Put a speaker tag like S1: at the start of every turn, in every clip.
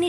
S1: 你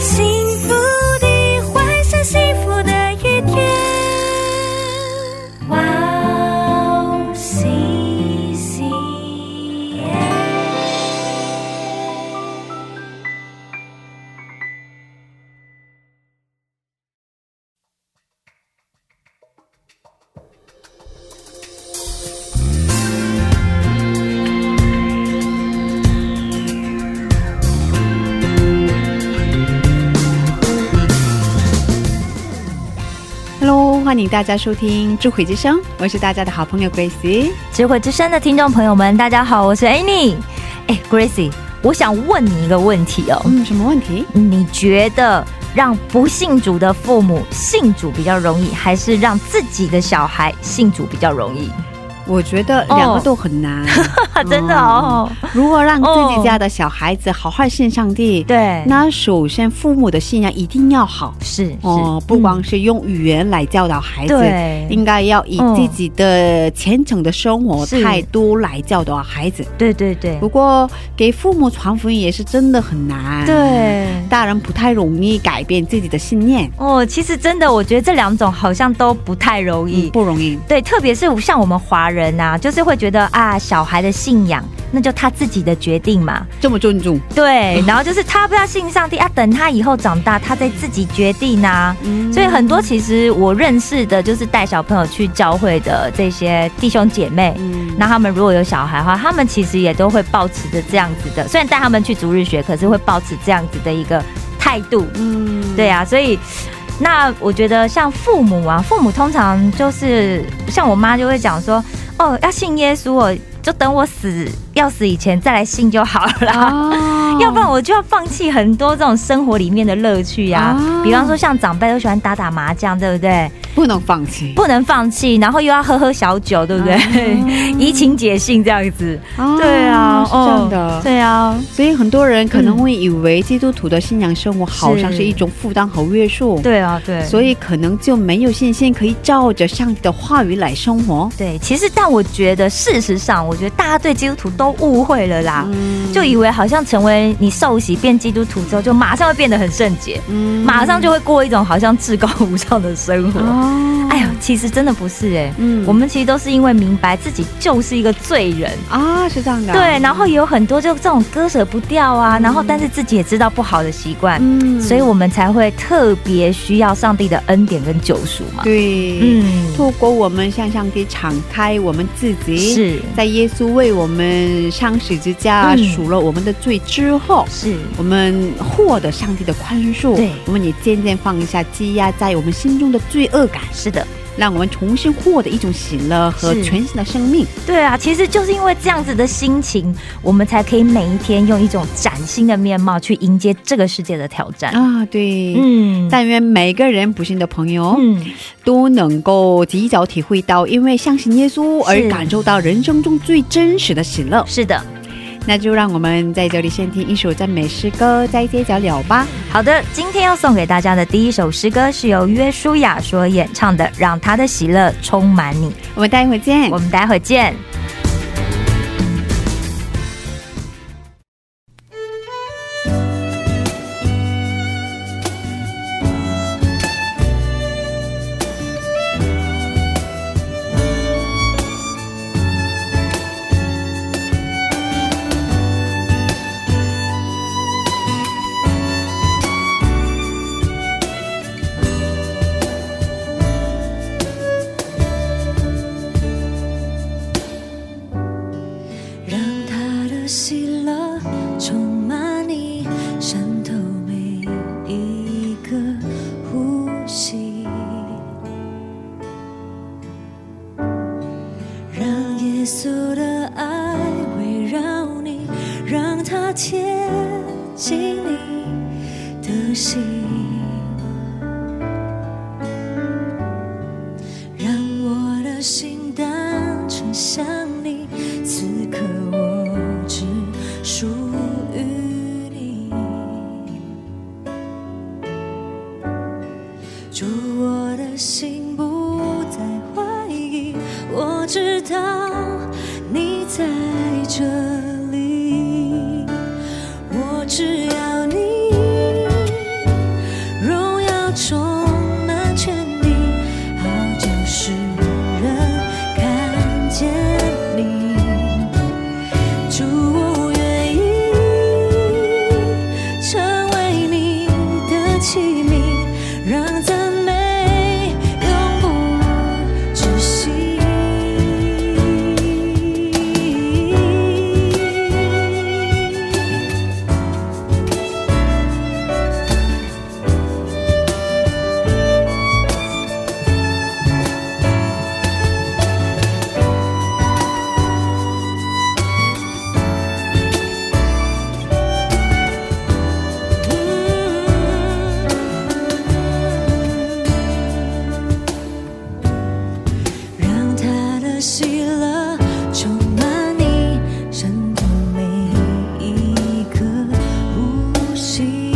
S1: 幸福的幻想，幸福的一天。哇哦，西西耶！
S2: Hello，欢迎大家收听《智慧之声》，我是大家的好朋友 Grace。
S3: 智慧之声的听众朋友们，大家好，我是 Annie。哎，Gracie，我想问你一个问题哦，
S2: 嗯，什么问题？
S3: 你觉得让不信主的父母信主比较容易，还是让自己的小孩信主比较 容易？
S2: 我觉得
S3: 哦
S2: 两个都很难。
S3: 啊，真的哦，
S2: 如果让自己家的小孩子好好信上帝，
S3: 对，
S2: 那首先父母的信仰一定要好
S3: 是嗯是、
S2: 哦，不光是嗯用语言来教导孩子。
S3: 对
S2: 应该要以
S3: 嗯
S2: 自己的虔诚的生活
S3: 是
S2: 态度来教导孩子。
S3: 对对对
S2: 不过，给父母传福音也是真的很难。，
S3: 对。
S2: 大人不太容易改变自己的信念，
S3: 哦，其实真的，我觉得这两种好像都不太容易。
S2: 嗯不容易。
S3: 对，特别是像我们华人呐、就是会觉得啊，小孩的信仰那就他自己的决定嘛。
S2: 这么尊重，
S3: 对，然后就是他不要信上帝啊，等他以后长大，他再自己决定啊。
S2: 嗯
S3: 所以很多其实我认识的，就是带小朋友去教会的这些弟兄姐妹，
S2: 嗯
S3: 那他们如果有小孩的话，他们其实也都会保持着这样子的，虽然带他们去逐日学，可是会保持这样子的一个态度。
S2: 嗯
S3: 对啊，所以那我觉得像父母啊，父母通常就是像我妈就会讲说，哦，要信耶稣哦，就等我死要死以前再来信就好了。
S2: 啊
S3: 要不然我就要放弃很多这种生活里面的乐趣呀、
S2: 啊
S3: 比方说像长辈都喜欢打打麻将，对不对？
S2: 不能放弃，
S3: 不能放弃，然后又要喝喝小酒，对不对？ 怡情解性这样子，
S2: 啊
S3: 对啊，
S2: 是这样的。
S3: 哦对嗯啊，
S2: 所以很多人可能会以为基督徒的信仰生活好像是一种负担和约束，，
S3: 对啊，对。
S2: 所以可能就没有信心可以照着上帝的话语来生活。
S3: 对，其实但我觉得，事实上，我觉得大家对基督徒都误会了啦，
S2: 嗯
S3: 就以为好像成为你受洗变基督徒之后，就马上会变得很圣洁，
S2: 嗯
S3: 马上就会过一种好像至高无上的生活。
S2: 哦
S3: 哎呦，其实真的不是哎、
S2: 嗯
S3: 我们其实都是因为明白自己就是一个罪人，
S2: 啊，是这样的，
S3: 对，然后也有很多就这种割舍不掉啊，然后但是自己也知道不好的习惯，
S2: 嗯
S3: 所以我们才会特别需要上帝的恩典跟救赎嘛。
S2: 对，
S3: 嗯，
S2: 透过我们向上帝敞开我们自己，
S3: 是
S2: 在耶稣为我们上十字架
S3: 嗯
S2: 赎了我们的罪之后，
S3: 是，
S2: 我们获得上帝的宽恕，
S3: 对
S2: 我们也渐渐放下积压在我们心中的罪恶感，
S3: 是的，
S2: 让我们重新获得一种喜乐和
S3: 是
S2: 全新的生命。
S3: 对啊，其实就是因为这样子的心情，我们才可以每一天用一种崭新的面貌去迎接这个世界的挑战。
S2: 啊，对。
S3: 嗯，
S2: 但愿每个人不信的朋友
S3: 嗯，
S2: 都能够及早体会到，因为相信耶稣而
S3: 是
S2: 感受到人生中最真实的喜乐。
S3: 是的，
S2: 那就让我们在这里先听一首赞美诗歌，再接着聊吧。
S3: 好的，今天要送给大家的第一首诗歌是由约书亚所演唱的《让他的喜乐充满你》。
S2: 我们待会儿见
S3: 我。们待会见。
S1: 让他的喜乐充满你，渗透每一个呼吸。让耶稣的爱围绕你，让他贴近你的心。让我的心单纯向你，此刻我的心不再怀疑，我知道你在这里，我只要你，荣耀充满全地，好叫世人看见你。主，我愿意成为你的器皿，让赞美永不止息。让他的喜乐充满你身体每一个呼吸，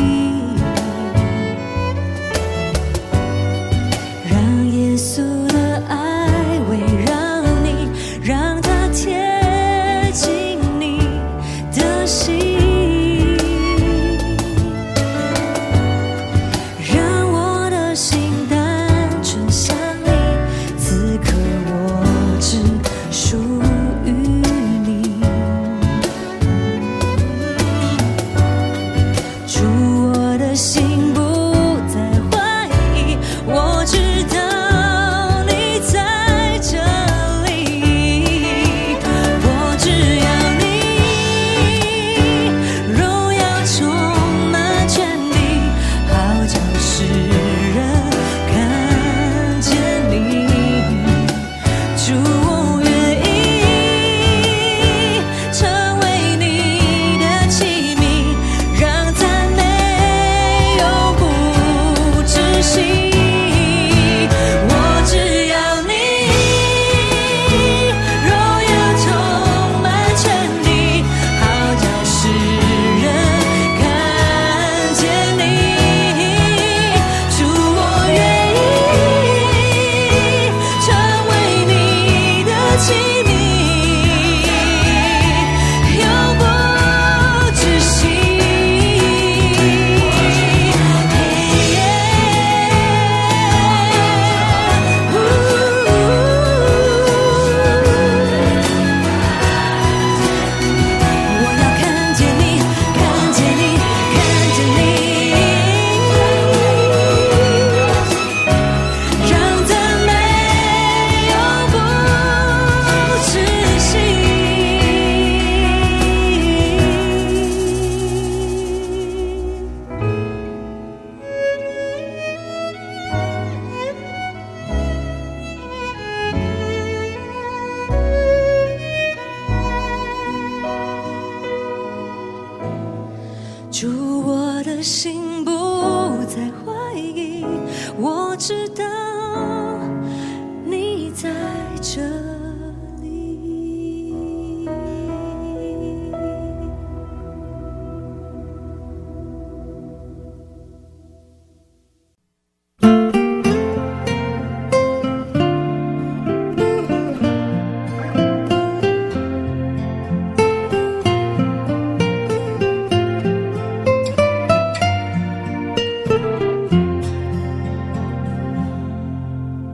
S1: 让耶稣的爱围绕你，让他贴近你的心。让我的心单纯向你，此刻我只属于你。主，我的心不再怀疑，我知道你在这里。我只要你，荣耀充满全地，好叫世人看见你。主，我愿意成为你的器皿，让赞美永不止息。我只要你，荣耀充满全地，好叫世人看见你。主，我愿意成为你的器皿，永不止息。我要看见你，看见你，看见你，让赞美永不止息。主，我的心不再怀疑，我知道你在这里。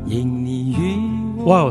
S4: 因你与我
S5: 哇、哦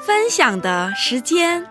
S6: 分享的时间。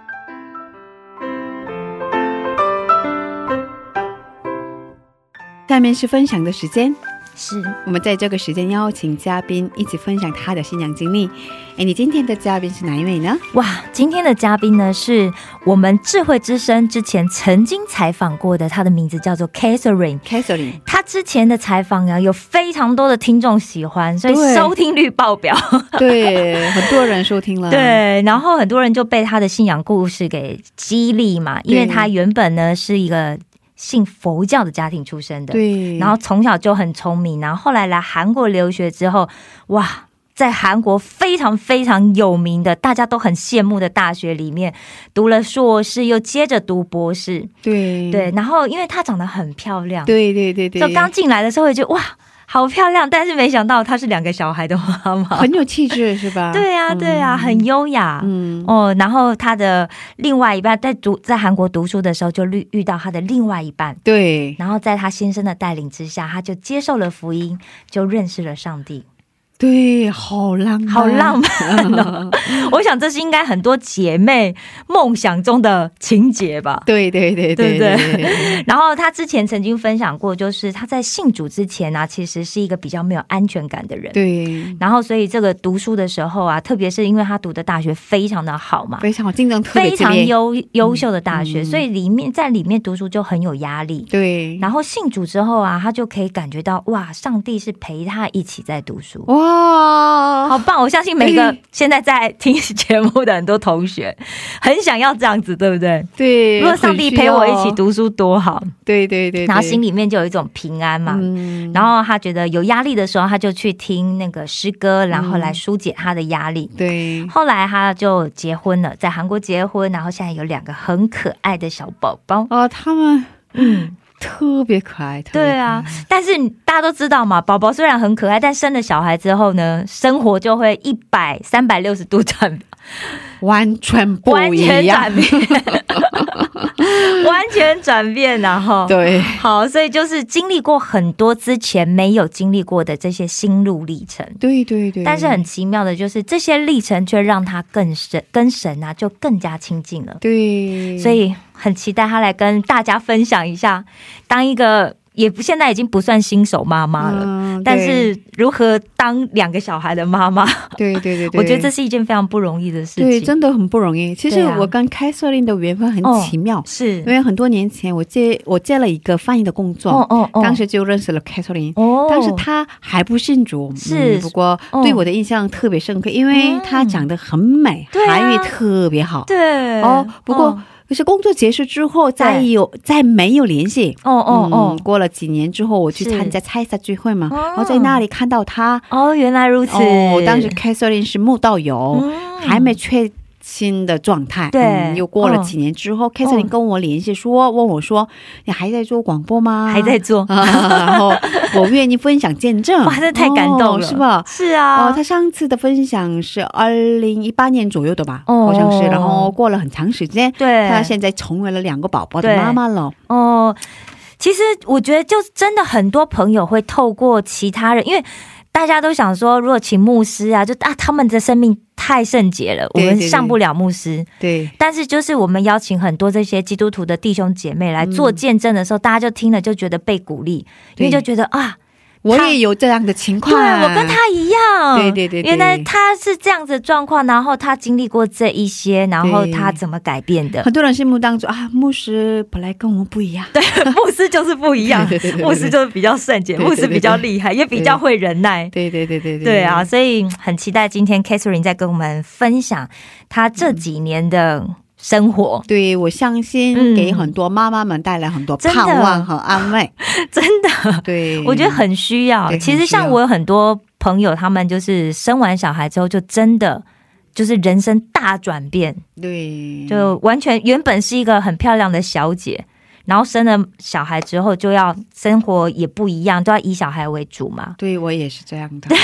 S2: 下面是分享的时间，
S3: 是
S2: 我们在这个时间邀请嘉宾一起分享他的新娘经历。哎，你今天的嘉宾是哪一位呢？
S3: 哇，今天的嘉宾呢是我们智慧之声之前曾经采访过的，她的名字叫做 Catherine。
S2: Catherine，
S3: 她之前的采访啊，有非常多的听众喜欢，所
S2: 对
S3: 以收听率爆表。
S2: 对，很多人收听了，，
S3: 对，然后很多人就被她的信仰故事给激励嘛，因为
S2: 对
S3: 她原本呢是一个信佛教的家庭出身的，
S2: 对，
S3: 然后从小就很聪明，然后后来来韩国留学之后，哇，在韩国非常非常有名的，大家都很羡慕的大学里面读了硕士，又接着读博士，
S2: 对
S3: 对，然后因为她长得很漂
S2: 嗯
S3: 亮，，
S2: 对对对对，
S3: 就刚进来的时候就哇，好漂亮，但是没想到她是两个小孩的妈妈，
S2: 很有气质是吧？
S3: 对呀、对啊呀、很优雅。
S2: 嗯，
S3: 哦，然后她的另外一半在读在韩国读书的时候，就遇遇到她的另外一半，
S2: 对
S3: 然后在他先生的带领之下，他就接受了福音，就认识了上帝，
S2: 对，好浪漫，
S3: 好浪漫哦！ 我想这是应该很多姐妹梦想中的情节吧。
S2: 对对对
S3: 对不对
S2: 对对
S3: 然后他之前曾经分享过，就是他在信主之前呢、其实是一个比较没有安全感的人。
S2: 对，
S3: 然后，所以这个读书的时候啊，特别是因为他读的大学非常的好嘛，
S2: 非常好，竞争特别
S3: 非
S2: 激
S3: 常
S2: 烈，
S3: 优优秀的大学，
S2: 嗯
S3: 所以里面在里面读书就很有压力。
S2: 对，
S3: 然后信主之后啊，他就可以感觉到哇，上帝是陪他一起在读书。
S2: 哇，
S3: 好棒！我相信每个
S2: 哦哎
S3: 现在在听 节目的很多同学，很想要这样子，对不对？
S2: 对，
S3: 如果上帝陪我一起，读书多好，
S2: 对对对，
S3: 然后心
S2: 里
S3: 里面就有一种平安嘛。
S2: 嗯，
S3: 然后他觉得有压力的时候，他就去听那个诗歌，然后
S2: 嗯
S3: 来疏解他的压力。
S2: 对，
S3: 后来他就结婚了，在韩国结婚，然后现在有两个很可爱的小宝宝。
S2: 哦，他们
S3: 嗯，
S2: 特别可爱，特别嗯
S3: 对啊，但是大家都知道嘛，宝宝虽然很可爱，但生了小孩之后呢，生活就会一百三百六十度转
S2: 可爱，完全不
S3: 完
S2: 一
S3: 全
S2: 样
S3: 转，变， 完全转变，然后。
S2: 对
S3: 好，所以就是经历过很多之前没有经历过的这些心路历程，
S2: 对对对，
S3: 但是很奇妙的就是这些历程却让他更神跟神啊就更加亲近了，
S2: 对，
S3: 所以很期待他来跟大家分享一下，当一个也不现在已经不算新手妈妈了，
S2: 嗯
S3: 啊但是如何当两个小孩的妈 妈，
S2: 对对对对，
S3: 我觉得这
S2: 是。
S3: 是一件非常不容易的事情，
S2: 对，真的很不容易。其实
S3: 对啊
S2: 我跟凯瑟琳的缘分很
S3: 哦
S2: 奇妙，
S3: 是
S2: 因，为很多年前我接我接了一个翻译的工作，
S3: 哦
S2: 当时就认识了凯瑟琳。
S3: 哦，
S2: 当时她还不信主，
S3: 是
S2: 嗯不过
S3: 哦嗯
S2: 对我的印象特别深刻，因为她长得很美，
S3: 对啊
S2: 韩语特别好。
S3: 对
S2: 哦，不过
S3: 哦
S2: 可是工作结束之后，再
S3: 对
S2: 有再没有联系。
S3: 哦哦
S2: 嗯
S3: 哦，
S2: 过了几年之后，我去
S3: 是
S2: 参加菜色聚会嘛，
S3: 哦
S2: 然后在那里看到她。
S3: 哦，原来如此。
S2: 哦，当时凯瑟琳是木道友，
S3: 嗯
S2: 还没确亲的状态。
S3: 对
S2: 嗯又过了
S3: 嗯
S2: 几年之后，凯瑟琳跟我联系说，问我说：“你还在做广播吗？”
S3: 还在做，
S2: 啊， 然后我愿意分享见证，
S3: 哇，这太感动了，
S2: 哦是吧？
S3: 是
S2: 哦
S3: 啊，，
S2: 他上次的分享是二零一八年左右的吧，
S3: 哦
S2: 好像是，然后过了很长时间，
S3: 对，
S2: 他现在成为了两个宝宝的妈妈了，
S3: 哦，其实我觉得，就真的很多朋友会透过其他人，因为。大家都想说，如果请牧师啊，就啊，他们的生命太圣洁了，我
S2: 对
S3: 们
S2: 对对
S3: 上不了牧师。
S2: 对
S3: 但是，就是我们邀请很多这些基督徒的弟兄姐妹来做见证的时候，大家就听了就觉得被鼓励，因
S2: 对
S3: 为就觉得啊，
S2: 我也有这样的情况，
S3: 对我跟他一样，
S2: 对对对对
S3: 原来他是这样子的状况，然后他经历过这一些，然后
S2: 对
S3: 他怎么改变的？
S2: 很多人心目当中啊，牧师本来跟我们不一样，对
S3: 牧师就是不一样
S2: 对对对，对
S3: 牧师就是比较圣洁，
S2: 对对对
S3: 牧师比较厉害，也比较会忍耐。
S2: 对对对对
S3: 对啊，，所以很期待今天 Catherine 在跟我们分享她这几年的生活，
S2: 对我相信
S3: 嗯
S2: 给很多妈妈们带来很多
S3: 真的
S2: 盼望和安慰，
S3: 真的，
S2: 对，
S3: 我觉得很需要。
S2: 嗯对
S3: 其实
S2: 很需要
S3: 像我有很多朋友，他们就是生完小孩之后，就真的就是人生大转变，
S2: 对，
S3: 就完全原本是一个很漂亮的小姐，然后生了小孩之后就要生活也 不 一样，都要以小孩为主嘛。
S2: 对我也是这样的，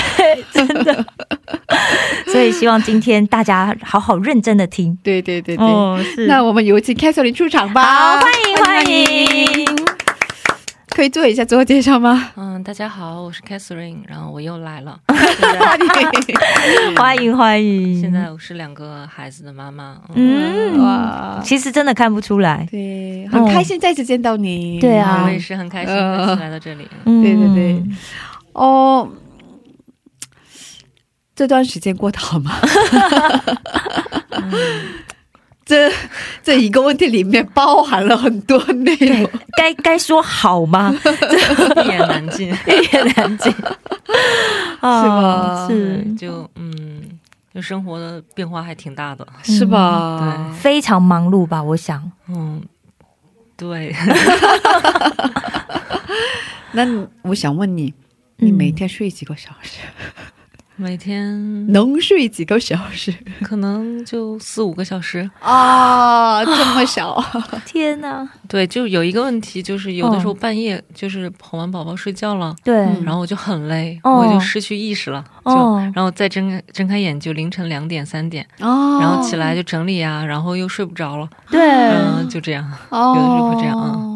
S3: 所以希望今天大家好好认真的听。
S2: 对对对对。
S3: 哦，是。
S2: 那我们有请 Catherine 出场吧。
S3: 好，欢迎欢迎。
S2: 可以做一下自我介绍吗？
S7: 嗯，大家好，我是 Catherine，然后我又来 了。
S3: 欢迎欢迎！
S7: 现在我是两个孩子的妈妈，嗯，
S3: 嗯
S2: 哇
S3: 其实真的看不出来。
S2: 对，
S7: 哦
S2: 很开心再次见到你。
S3: 对啊
S7: 我也是很开心
S2: 嗯
S7: 再次来到这里。
S3: 嗯
S2: 对对对，哦，这段时间过得好吗？
S7: 嗯
S2: 这这一个问题里面包含了很多内 容。
S3: 嗯该该说好吗？
S7: 一言难 尽，
S3: 一言难尽啊，
S2: 吧
S3: 是
S7: 就嗯，就生活的变化还挺大的，
S2: 是吧？
S3: 非常忙碌吧？我想，
S7: 嗯， 对，
S2: 那我想问你，
S7: 嗯
S2: 你每天睡几个小时？
S7: 每天
S2: 能睡几个小时？
S7: 可能就四五个小时。
S2: 啊，这么少？
S3: 天哪，
S7: 对，就有一个问题，就是有的时候
S3: 嗯
S7: 半夜就是哄完宝宝睡觉了。
S3: 对，
S2: 嗯
S7: 然后我就很累，
S3: 哦
S7: 我就失去意识了，就
S3: 哦
S7: 然后再睁开睁开眼就凌晨两点三点，
S2: 哦
S7: 然后起来就整理啊，然后又睡不着了，
S3: 对，
S7: 嗯，就这样。
S2: 哦
S7: 有的时候会这样嗯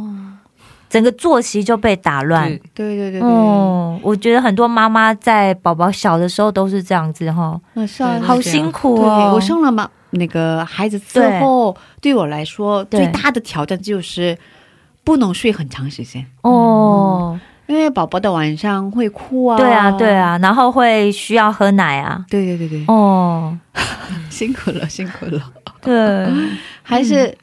S3: 整个作息就被打乱
S7: 对。，
S2: 对对对对，
S7: 嗯
S3: 哦，我觉得很多妈妈在宝宝小的时候都是这样子哈，
S2: 那是啊
S7: 对
S3: 好
S7: 是这样
S3: 辛苦
S2: 对
S3: 哦。
S2: 我生了嘛那个孩子之后，对我来说
S3: 对
S2: 最大的挑战就是不能睡很长时间，
S3: 哦，
S2: 因为宝宝的晚上会哭啊。
S3: 对啊，对，啊，然后会需要喝奶啊。
S2: 对对对对，
S3: 哦，
S2: 辛苦了，辛苦了。嗯
S3: 对，
S2: 还是、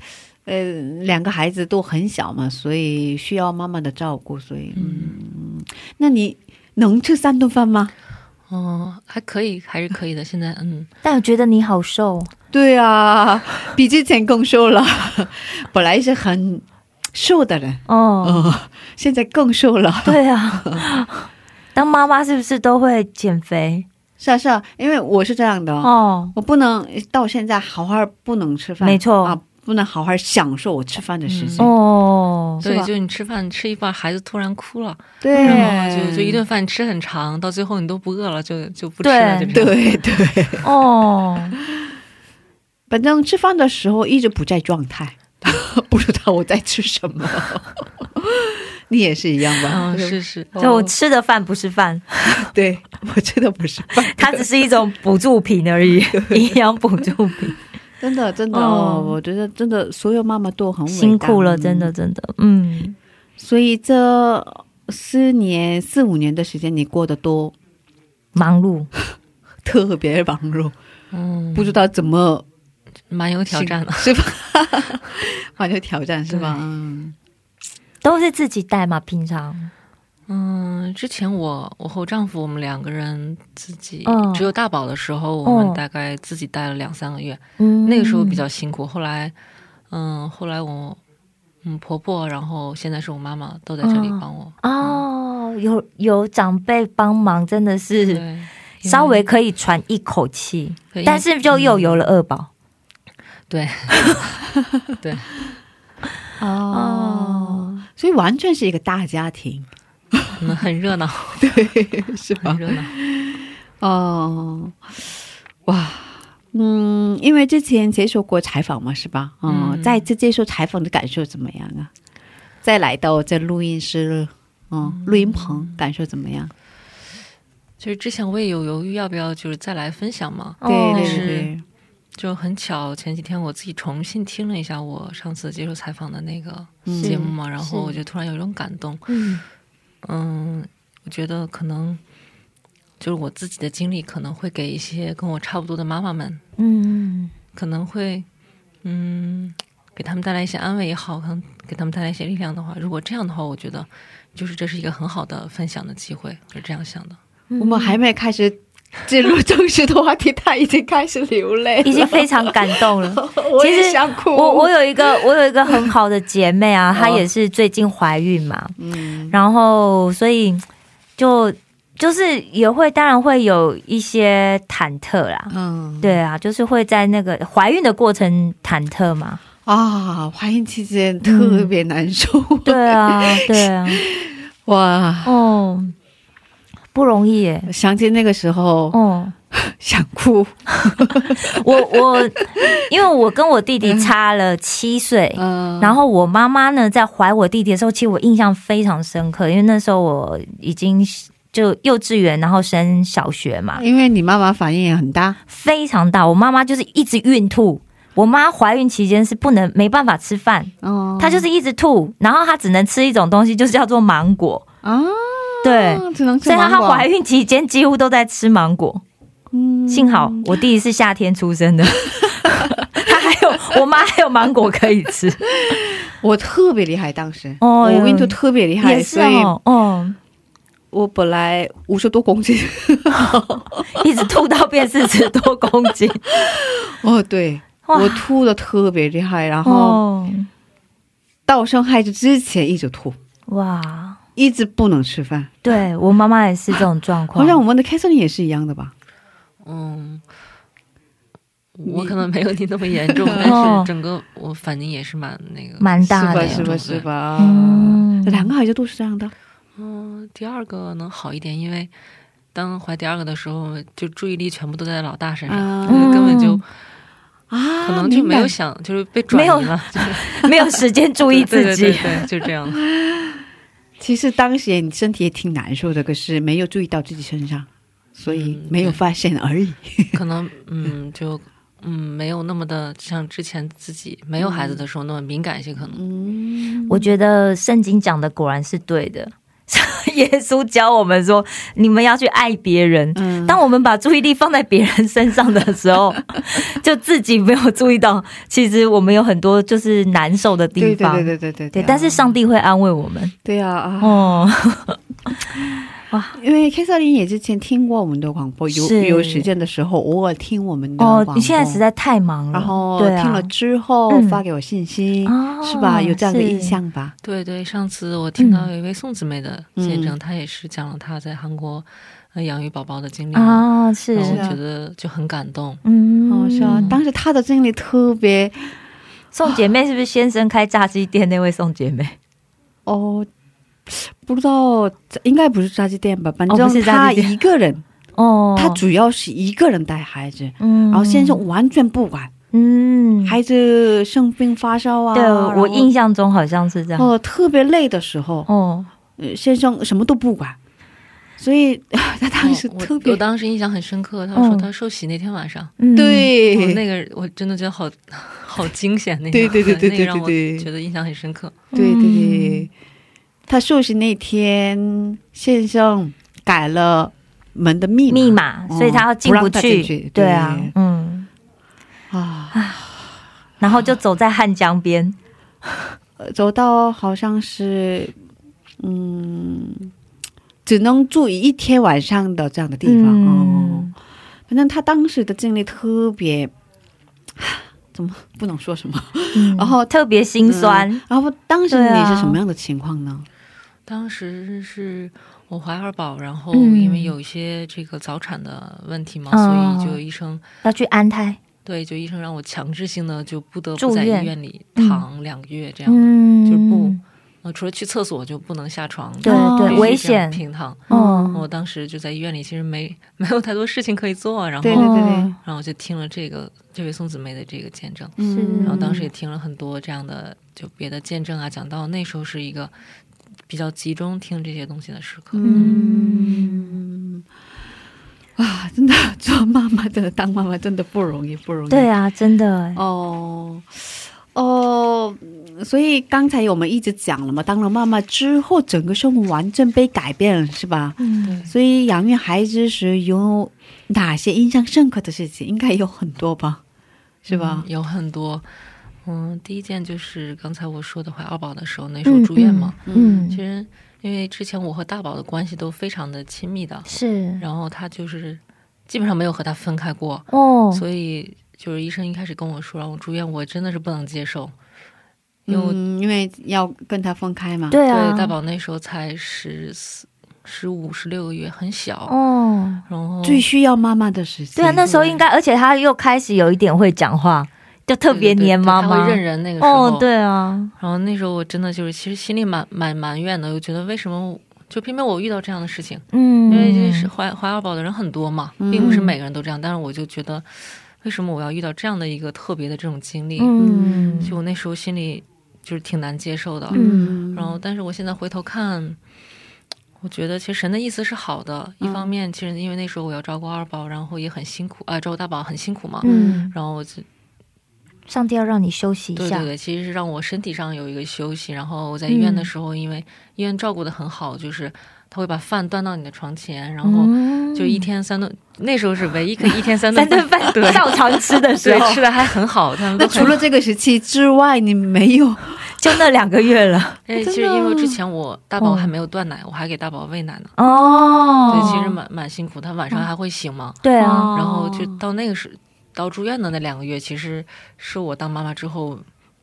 S2: 呃，两个孩子都很小嘛，所以需要妈妈的照顾，所以嗯，那你能吃三顿饭吗？
S7: 哦，还可以，还是可以的。现在，嗯，
S3: 但我觉得你好瘦，
S2: 对啊，比之前更瘦了， 本来是很瘦的人，
S3: 哦，
S2: 嗯、现在更瘦了。
S3: 对啊，当妈妈是不是都会减肥？
S2: 是啊是啊，因为我是这样的，
S3: 哦，
S2: 我不能到现在好好不能吃饭，
S3: 没错
S2: 啊，不能好好享受我吃饭的时
S3: 嗯
S2: 间。
S3: 哦，
S2: 是吧
S7: 对，就你吃饭吃一半，孩子突然哭了，
S2: 对
S7: 然后就就一顿饭吃很长，到最后你都不饿了，就就不吃了，
S3: 对
S7: 就这
S2: 对
S7: 样。
S2: 对，
S3: 哦，
S2: 反正吃饭的时候一直不在状态， 不知道我在吃什么。 你也是一样吧？
S7: 嗯，是是，
S3: 就我吃的饭不是饭，
S2: 对我真的不是 饭，
S3: 它只是一种补助品而已，营养补助品。
S2: 真的真的
S3: 哦
S2: 哦，我觉得真的所有妈妈都很伟大
S3: 辛苦了，真的。真的，嗯，
S2: 所以这四年四五年的时间，你过得都
S3: 忙碌，
S2: 特别忙碌，
S7: 嗯，
S2: 不知道怎么
S7: 蛮有挑战的。
S2: 是吧？蛮有挑战是吧？嗯，
S3: 都是自己带嘛，平常。
S7: 嗯，之前我我和我丈夫我们两个人自己、
S3: 嗯
S7: 只有大宝的时候，
S3: 嗯
S7: 我们大概自己带了两三个月，
S3: 嗯
S7: 那个时候比较辛苦。后来，嗯，后来我嗯婆婆，然后现在是我妈妈都在这里
S3: 嗯
S7: 帮我。
S3: 哦，有有长辈帮忙，真的是
S7: 对，
S3: 稍微可以喘一口气，
S7: 对
S3: 但是就又有了二宝。
S7: 对对，
S2: 哦，所以完全是一个大家庭，
S7: 嗯，很热闹，
S2: 对，是
S7: 很
S2: 吧？
S7: 热闹。
S2: 哦，哇。嗯，因为之前接受过采访嘛，是吧？嗯，
S7: 嗯
S2: 再次接受采访的感受怎么样啊？再来到这录音室，嗯，录音棚感受怎么样？
S7: 就是之前我也有犹豫要不要就是再来分享嘛，
S3: 哦
S2: 对对
S7: 是
S2: 对，
S7: 就很巧，前几天我自己重新听了一下我上次接受采访的那个
S2: 嗯
S7: 节目嘛，然后
S3: 是
S7: 我就突然有一种感动，
S3: 嗯，
S7: 嗯，我觉得可能就是我自己的经历可能会给一些跟我差不多的妈妈们，
S3: 嗯，
S7: 可能会嗯给他们带来一些安慰也好，可能给他们带来一些力量的话，如果这样的话，我觉得就是这是一个很好的分享的机会，我是这样想的。
S2: 我们还没开始进入正式的话题，他已经开始流泪了，
S3: 已经非常感动了。
S2: 我
S3: 其
S2: 也
S3: 实
S2: 想哭。
S3: 我我有一个我有一个很好的姐妹啊，她也是最近怀孕嘛，
S2: 嗯
S3: 然后所以就就是也会当然会有一些忐忑啦。
S2: 嗯，
S3: 对啊，就是会在那个怀孕的过程忐忑嘛。
S2: 啊，怀孕期间特别难受。
S3: 对啊，对 啊，
S2: 哇，
S3: 哦，不容易耶。
S2: 想起那个时候，
S3: 哦，
S2: 想哭，
S3: 我我，因为我跟我弟弟差了七岁，
S2: 嗯，
S3: 然后我妈妈呢在怀我弟弟的时候，其实我印象非常深刻，因为那时候我已经就幼稚园，然后升小学嘛，
S2: 因为你妈妈反应也很大，
S3: 非常大。我妈妈就是一直孕吐，我妈怀孕期间是不能没办法吃饭，
S2: 哦，
S3: 她就是一直吐，然后她只能吃一种东西，就是叫做芒果。
S2: 啊，
S3: 对，
S2: 只能嗯吃
S3: 所以她
S2: 芒
S3: 她
S2: 果啊
S3: 怀孕期间几乎都在吃芒果。
S2: 嗯
S3: 幸好我弟弟是夏天出生 的，他还有我妈还有芒果可以吃。
S2: 我特别厉害，当时
S3: 哦
S2: 我
S3: 有
S2: 孕吐特别厉害，
S3: 也是
S2: 所以
S3: 哦，哦，
S2: 我本来五十多公斤，
S3: 一直吐到变四十多公斤，
S2: 哦，对
S3: 哇
S2: 我吐的特别厉害，然后
S3: 哦，
S2: 到生孩子之前一直吐，
S3: 哇，
S2: 一直不能吃饭，
S3: 对我妈妈也是这种状
S2: 好
S3: 况，
S2: 像我们的 Catherine 也是一样的吧？
S7: 嗯，我可能没有你那么严 重，但
S3: 哦
S7: 是整个我反应也是蛮那个。
S3: 蛮大
S2: 是
S3: 的
S2: 吧？
S7: 呀
S2: 是吧？
S7: 对
S2: 是吧？
S3: 啊嗯
S2: 两个孩子都是这样的，
S7: 嗯，第二个能好一点，因为当怀第二个的时候，就注意力全部都在老大身上，
S2: 啊
S7: 就是根本就
S2: 啊，
S7: 可能就没有
S2: 明白
S7: 想，就是被转移了，就是
S3: 没有时间注意自己
S7: 对对对对，就这样。
S2: 其实当时也你身体也挺难受的，可是没有注意到自己身上，所以
S7: 嗯
S2: 没有发现而已。
S7: 可能嗯，就嗯，没有那么的像之前自己没有孩子的时候那么敏感一些，可能。
S2: 嗯，
S3: 我觉得圣经讲的果然是对的。 耶稣教我们说，你们要去爱别人。
S2: 嗯
S3: 当我们把注意力放在别人身上的时候， 就自己没有注意到，其实我们有很多就是难受的地
S2: 对对
S3: 方。
S2: 对对对对
S3: 对
S2: 啊
S3: 但是上帝会安慰我们。
S2: 对啊啊，
S3: 哦，
S2: 因为 K 瑟琳也之前听过我们的广播，有
S3: 是
S2: 有时间的时候偶尔听我们的广
S3: 哦
S2: 播。，
S3: 你现在实，在太忙了，
S2: 然后
S3: 对啊
S2: 听了之后
S3: 嗯
S2: 发给我信息，
S3: 哦
S2: 是吧？有这样的
S3: 是
S2: 印象吧？
S7: 对对，上次我听到
S3: 嗯
S7: 有一位宋姊妹的见证，
S2: 嗯
S7: 她也是讲了她在韩国呃养育宝宝的经历嘛，
S3: 啊，是
S7: 然后我
S2: 是啊
S7: 觉得就很感动。
S3: 嗯
S2: 哦，是啊，当时她的经历特别
S3: 宋姐妹是不是先生开炸鸡店那位宋姐妹？
S2: 哦，不知道应该不是炸鸡店吧？反
S3: 哦不
S2: 正
S3: 是炸
S2: 她
S3: 鸡店
S2: 一个人，
S3: 哦，
S2: 她主要是一个人带孩子，
S3: 嗯
S2: 然后先生完全不管，
S3: 嗯，
S2: 孩子生病发烧啊，
S3: 对
S2: 然后
S3: 我印象中好像是这样。
S2: 哦特别累的时候，
S3: 哦，
S2: 呃，先生什么都不管，所以 他当时
S7: 哦我
S2: 特别、
S7: 我当时印象很深刻，她说
S3: 嗯
S7: 她受洗那天晚上，
S3: 嗯，
S2: 对、
S7: 我那个我真的觉得好好惊险，那
S2: 对
S7: 个
S2: 对对对 对
S7: 那个让我
S2: 对对
S7: 觉得印象很深刻。
S2: 对对
S3: 嗯
S2: 对，他受洗那天，先生改了门的密
S3: 密码，
S2: 哦
S3: 所以他要进
S2: 不
S3: 不
S2: 让他
S3: 去，
S2: 进去
S3: 对啊
S2: 对，
S3: 嗯，
S2: 啊，
S3: 然后就走在汉江边，
S2: 呃走到好像是嗯，只能住一天晚上的这样的地方、
S3: 嗯
S2: 哦。反正他当时的经历特别，怎么不能说什么？
S3: 嗯
S2: 然后
S3: 特别心酸，
S2: 然后当时
S3: 对
S2: 你
S3: 啊
S2: 是什么样的情况呢？
S7: 当时是我怀二宝，然后
S3: 嗯
S7: 因为有一些这个早产的问题嘛，
S3: 哦
S7: 所以就医生
S3: 要去安胎，
S7: 对，就医生让我强制性的就不得
S3: 住
S7: 不在医
S3: 院
S7: 院里
S3: 嗯
S7: 躺两个月这样。
S3: 嗯，
S7: 就是不，呃，除了去厕所就不能下床，
S3: 对
S2: 哦
S7: 必须
S3: 对，
S7: 这
S3: 危
S7: 样
S3: 险，
S7: 平躺。
S3: 嗯
S7: 我当时就在医院里，其实没没有太多事情可以做，然后
S2: 对对对对，
S3: 哦
S7: 然后我就听了这个这位宋姊妹的这个见证，
S3: 是
S2: 嗯
S7: 然后当时也听了很多这样的就别的见证啊，讲到那时候是一个比较集中听这些东西的时刻。
S2: 嗯，啊，真的做妈妈真的当妈妈真的不容易，不容易。
S3: 对啊，真的，
S2: 哦哦，所以刚才我们一直讲了嘛，当了妈妈之后，整个生活完全被改变了，是吧？
S3: 嗯，
S2: 所以养育孩子时有哪些印象深刻的事情？应该有很多吧，是吧
S7: 嗯？有很多，嗯，第一件就是刚才我说的怀二宝的时候，那时候住院嘛，
S3: 嗯，
S7: 其
S3: 嗯，
S7: 实因为之前我和大宝的关系都非常的亲密的，
S3: 是
S7: 然后他就是基本上没有和他分开过，
S3: 哦，
S7: 所以就是医生一开始跟我说让我住院，我真的是不能接受，
S3: 啊
S7: 因为我、
S2: 嗯，因为要跟他分开嘛。
S3: 对啊，
S7: 对大宝那时候才十四、十五、十六个月，很小，
S3: 哦，
S7: 然后
S2: 最需要妈妈的时期。
S3: 对啊，那时候应该，而且他又开始有一点会讲话，就特别黏妈
S7: 对对对
S3: 妈，
S7: 他会认人那个时候，
S3: 哦，对啊，
S7: 然后那时候我真的就是，其实心里蛮蛮埋怨的，我觉得为什么就偏偏我遇到这样的事情，
S3: 嗯
S7: 因为就是怀怀二宝的人很多嘛，并不是每个人都这样。但是我就觉得，为什么我要遇到这样的一个特别的这种经历？
S3: 嗯
S7: 就我那时候心里就是挺难接受的。
S3: 嗯
S7: 然后，但是我现在回头看，我觉得其实神的意思是好的。
S3: 嗯
S7: 一方面，其实因为那时候我要照顾二宝，然后也很辛苦，呃，照顾大宝很辛苦嘛。
S3: 嗯，
S7: 然后我就
S3: 上帝要让你休息一
S7: 对
S3: 下
S7: 对，对，其实是让我身体上有一个休息。然后我
S3: 嗯
S7: 在医院的时候，因为医院照顾的很好，就是他会把饭端到你的床前，然后
S3: 嗯
S7: 哦就一天三顿，那时候是唯一可以一天三顿
S3: 三顿饭
S7: 对
S3: 照常吃的时
S7: 对
S3: 候，
S7: 吃的还很好，他们
S2: 那
S7: 都很
S2: 除了这个时期之外，你没有
S3: 就那两个月了
S7: 哎，其实因为之前我大宝还没有断奶，我还给大宝喂奶呢，
S3: 哦嗯
S7: 对，其实蛮蛮辛苦。他晚上还会醒嘛，
S3: 对啊，
S7: 然后就到那个时到住院的那两个月，其实是我当妈妈之后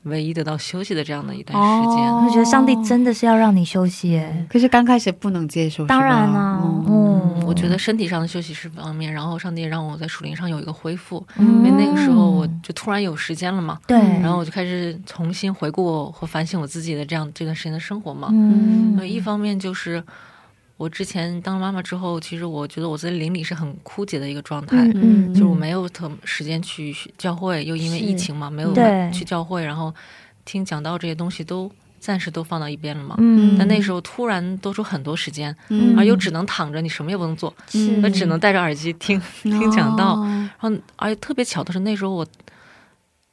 S7: 唯一得到休息的这样的一段时间。
S2: 哦
S3: 我觉得上帝真的是要让你休息耶，
S2: 可是刚开始不能接受，是吧
S3: 当然啦，
S2: 嗯
S3: 嗯，
S7: 我觉得身体上的休息是方面，然后上帝也让我在属灵上有一个恢复，
S3: 因
S7: 因为那个时候我就突然有时间了嘛，
S3: 嗯对，
S7: 然后我就开始重新回顾和反省我自己的这样这段时间的生活嘛。
S3: 嗯
S7: 呃，一方面就是我之前当妈妈之后，其实我觉得我在邻里是很枯竭的一个状态，
S2: 嗯
S7: 就是我没有特时间去教会，又因为
S3: 是
S7: 疫情嘛，没有
S3: 对
S7: 去教会，然后听讲道这些东西都暂时都放到一边了嘛。
S3: 嗯，
S7: 但那时候突然多出很多时间，
S2: 嗯
S7: 而又只能躺着，你什么也不能做，
S2: 嗯
S7: 那、只能戴着耳机听。听讲到
S2: 哦
S7: 然后，而且特别巧的是，那时候我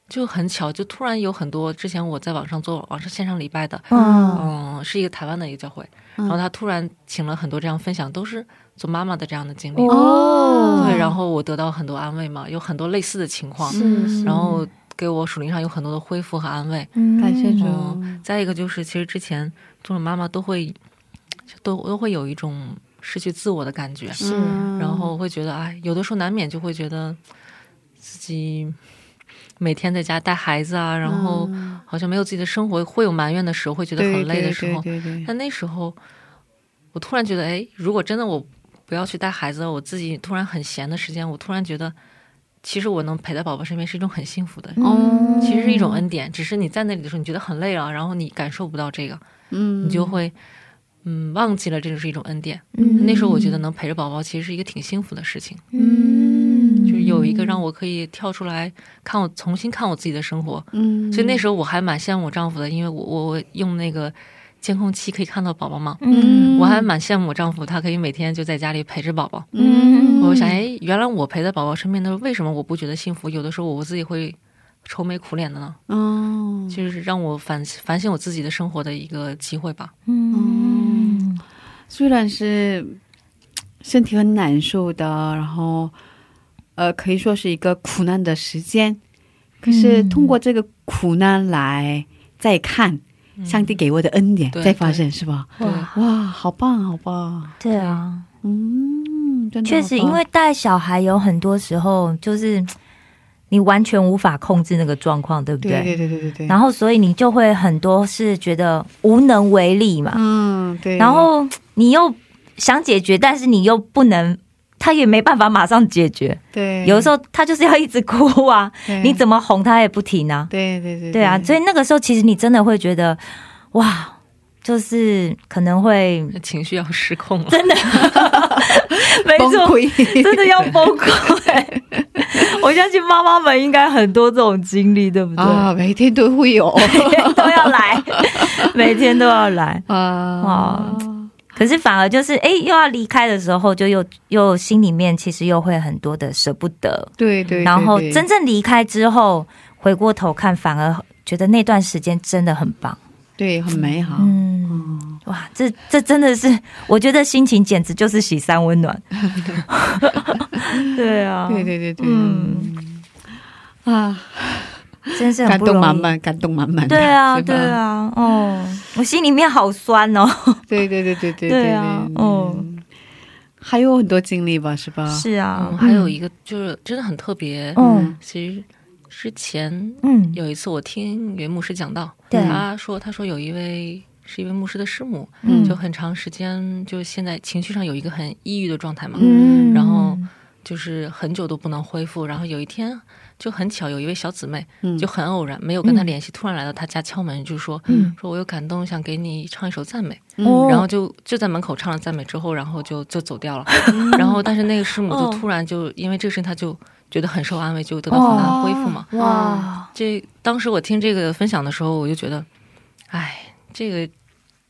S7: 就很巧，就突然有很多之前我在网上做网上线上礼拜的，
S3: 嗯
S7: 嗯，是一个台湾的一个教会，
S2: 嗯
S7: 然后他突然请了很多这样分享，都是做妈妈的这样的经历，
S3: 哦
S7: 对，然后我得到很多安慰嘛，有很多类似的情况，
S3: 是是
S7: 然后给我属灵上有很多的恢复和安慰。
S2: 感谢主，
S7: 嗯，再一个就是，其实之前做了妈妈都会，就都都会有一种失去自我的感觉，
S3: 是
S2: 嗯
S7: 然后会觉得哎，有的时候难免就会觉得自己每天在家带孩子啊，然后
S2: 嗯
S7: 好像没有自己的生活，会有埋怨的时候，会觉得
S2: 对
S7: 很累的时候。
S2: 对对对对
S7: 但那时候，我突然觉得，哎，如果真的我不要去带孩子，我自己突然很闲的时间，我突然觉得，其实我能陪在宝宝身边是一种很幸福的，
S2: 哦
S7: 其实是一种恩典。只是你在那里的时候，你觉得很累了，然后你感受不到这个，
S2: 嗯
S7: 你就会。嗯，忘记了这就是一种恩典。
S3: 嗯
S7: 那时候我觉得能陪着宝宝其实是一个挺幸福的事情，
S3: 嗯
S7: 就是有一个让我可以跳出来看我重新看我自己的生活。
S2: 嗯，
S7: 所以那时候我还蛮羡慕我丈夫的，因为我我我用那个监控器可以看到宝宝嘛，
S3: 嗯
S7: 我还蛮羡慕我丈夫，他可以每天就在家里陪着宝宝。
S3: 嗯
S7: 我就想，哎，原来我陪在宝宝身边的时候，为什么我不觉得幸福？有的时候我自己会愁眉苦脸的呢，
S2: 哦，
S7: 就是让我反反省我自己的生活的一个机会吧。
S3: 嗯
S2: 虽然是身体很难受的，然后呃，可以说是一个苦难的时间，可是
S3: 嗯
S2: 通过这个苦难来再看上帝给我的恩典，
S7: 嗯对
S2: 再发现是吧？
S7: 哇
S3: 哇，
S2: 哇，好棒，好棒！
S3: 对啊。
S2: 嗯，真的
S3: 确
S2: 好
S3: 实，
S2: 棒
S3: 因为带小孩有很多时候就是你完全无法控制那个状况，对不
S2: 对对对对对对，
S3: 然
S2: 后
S3: 后，所以你就会很多是觉得无能为力嘛。
S2: 嗯对，
S3: 然后你又想解决，但是你又不能，他也没办法马上解决。
S2: 对，
S3: 有的时候他就是要一直哭啊，
S2: 对
S3: 你怎么哄他也不停啊。
S2: 对对对
S3: 对啊，所以那个时候其实你真的会觉得，哇，就是可能会
S7: 情绪要失控了，
S3: 没
S2: 崩
S3: 错，
S2: 溃，
S3: 真的要崩溃。 我相信妈妈们应该很多这种经历，对不对？
S2: 啊，每天都会有
S3: 每天都要来，每天都要来。
S2: 啊
S3: 어.哇，可是反而就是，哎，又要离开的时候，就又又心里面其实又会很多的舍不得。
S2: 对对，对
S3: 然后
S2: 对
S3: 真正离开之后，回过头看，反而觉得那段时间真的很棒。
S2: 对很美好，
S3: 음.嗯，哇，这这真的是，我觉得心情简直就是喜三 温暖。对啊，
S2: 对对对对，
S3: 嗯
S2: 啊，
S3: 真是很
S2: 感
S3: 不容
S2: 动
S3: 易。
S2: 满满，感动满满的，
S3: 对啊，
S2: 是吧
S3: 对，啊，哦，我心里面好酸哦。
S2: 对对对对对
S3: 对啊，
S2: 네.
S3: 哦，
S2: 嗯还有很多经历吧，是吧？
S3: 是啊
S7: 嗯，，还有一个就是真的很特别。
S3: 嗯
S7: 其实之前
S3: 嗯，
S7: 有一次我听袁牧师讲到，
S3: 对
S7: 他说他说有一位是一位牧师的师母，
S3: 嗯
S7: 就很长时间就现在情绪上有一个很抑郁的状态嘛，
S2: 嗯
S7: 然后就是很久都不能恢复，然后有一天就很巧，有一位小姊妹
S2: 嗯
S7: 就很偶然，没有跟她联系，突然来到她家敲门，就说
S3: 嗯
S7: 说我有感动，想给你唱一首赞美，
S2: 음.
S3: 哦
S7: 然后就就在门口唱了赞美之后，然后就就走掉了，
S3: 嗯
S7: 然后但是那个师母就
S6: 哦
S7: 突然就因为这个事情，她就觉得很受安慰，就得到很大的恢复嘛，
S3: 嗯哇，
S7: 这当时我听这个分享的时候，我就觉得，哎，这个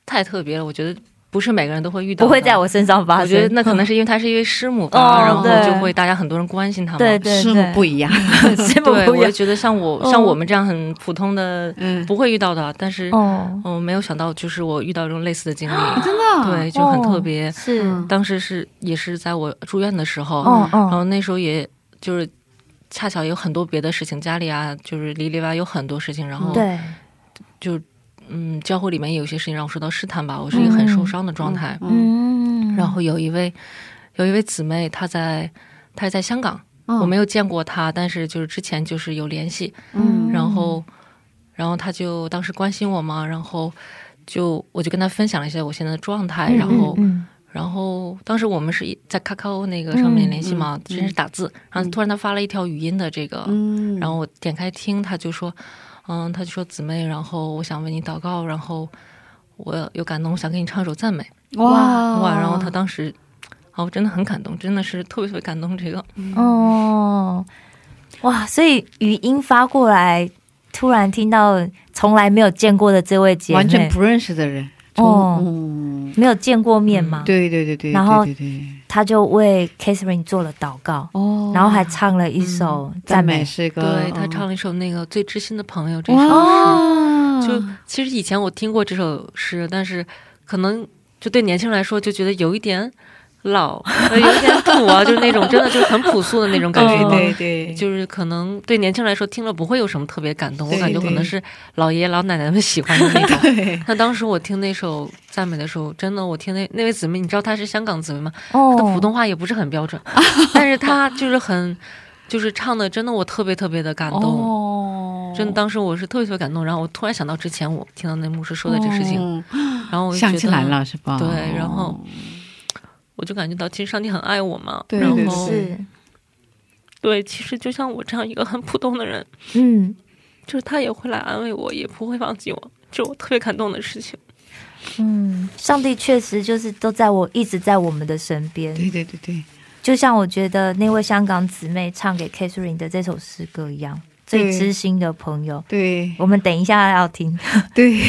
S7: 太特别了。我觉得不是每个人都会遇到的，
S3: 不会在我身上发生。
S7: 我觉得那可能是因为她是一位师母吧，
S3: 哦
S7: 然后
S3: 对
S7: 就会大家很多人关心她嘛。
S3: 对对
S2: 师
S3: 对，
S2: 啊母不一样，
S3: 师母
S7: 对，
S3: 不一
S7: 我就
S3: 样。
S7: 觉得像我、
S3: 哦
S7: 像我们这样很普通的
S2: 嗯，
S7: 不会遇到的，但是嗯、
S3: 哦，
S7: 没有想到就是我遇到这种类似的经历，
S2: 真的，
S3: 啊
S7: 对，就很
S3: 哦
S7: 特别。
S3: 是
S2: 嗯
S7: 当时是也是在我住院的时候，
S3: 哦
S7: 嗯然
S3: 哦
S7: 后那时候也就是恰巧有很多别的事情，家里啊就是里里外有很多事情，然后
S3: 对，
S7: 嗯，教会里面也有些事情让我受到试探吧，我是一个很受伤的状态。
S1: 음.
S2: 嗯，
S3: 嗯
S7: 然后有一位有一位姊妹，她在她是在香港，
S3: 哦
S7: 我没有见过她，但是就是之前就是有联系，
S2: 嗯
S7: 然后然后她就当时关心我嘛，然后就我就跟她分享了一些我现在的状态，然后
S3: 嗯
S7: 然后当时我们是一在 QQ 那个上面联系嘛，
S2: 嗯
S7: 先是打字，然后突然她发了一条语音的这个，
S2: 嗯，
S7: 然后我点开听，他就说，嗯，他就说姊妹，然后我想为你祷告，然后我有感动，我想给你唱一首赞美，
S2: 哇
S7: 哇，然后他当时，啊，我真的很感动，真的是特别特别感动，这个，
S3: 哦，哇，所以语音发过来，突然听到从来没有见过的这位姐妹，
S2: 完全不认识的人，
S3: 哦
S2: 嗯，
S3: 没有见过面嘛，
S2: 对对对对，
S3: 然后
S2: 对对对，
S3: 他就为 Catherine 做了祷告，
S2: 哦，嗯
S3: 然后还唱了一首赞美。
S2: 是个，
S7: 对他
S2: 嗯
S7: 唱了一首那个最知心的朋友这首，
S2: 哇，
S7: 就其实以前我听过这首诗，但是可能就对年轻人来说就觉得有一点老，呃有一点土啊，就是那种真的就是很朴素的那种感 觉
S2: 对
S7: 嘛。
S2: 对对，
S7: 嗯就是可能对年轻人来说听了不会有什么特别感动，
S2: 对
S7: 我感觉
S2: 对
S7: 可能是老爷爷老奶奶们喜欢的那种。
S2: 对，
S7: 那当时我听那首赞美的时候，真的，我听那那位姊妹，你知道她是香港姊妹吗？
S3: 哦
S7: 她的普通话也不是很 标准，但是她就是很，就是唱的，真的我特别特别的感动，
S2: 哦
S7: 真的，当时我是特别特别感动。然后我突然想到之前我听到那牧师说的这事情，
S2: 哦
S7: 然后我就
S2: 想
S7: 觉
S2: 起
S7: 得
S2: 来了，是吧？
S7: 对然后我就感觉到其实上帝很爱我嘛。
S2: 对
S7: 然
S2: 对
S7: 后
S3: 嗯是，
S7: 对，其实就像我这样一个很普通的人，
S3: 嗯，
S7: 就是他也会来安慰我，也不会忘记我，这是我特别感动的事情。
S3: 嗯，上帝确实就是都在我一直在我们的身边，
S2: 对对对对，
S3: 就像我觉得那位香港姊妹唱给 Catherine 的这首诗歌一样，最知心的朋友。
S2: 对
S3: 我们等一下要听，
S2: 对，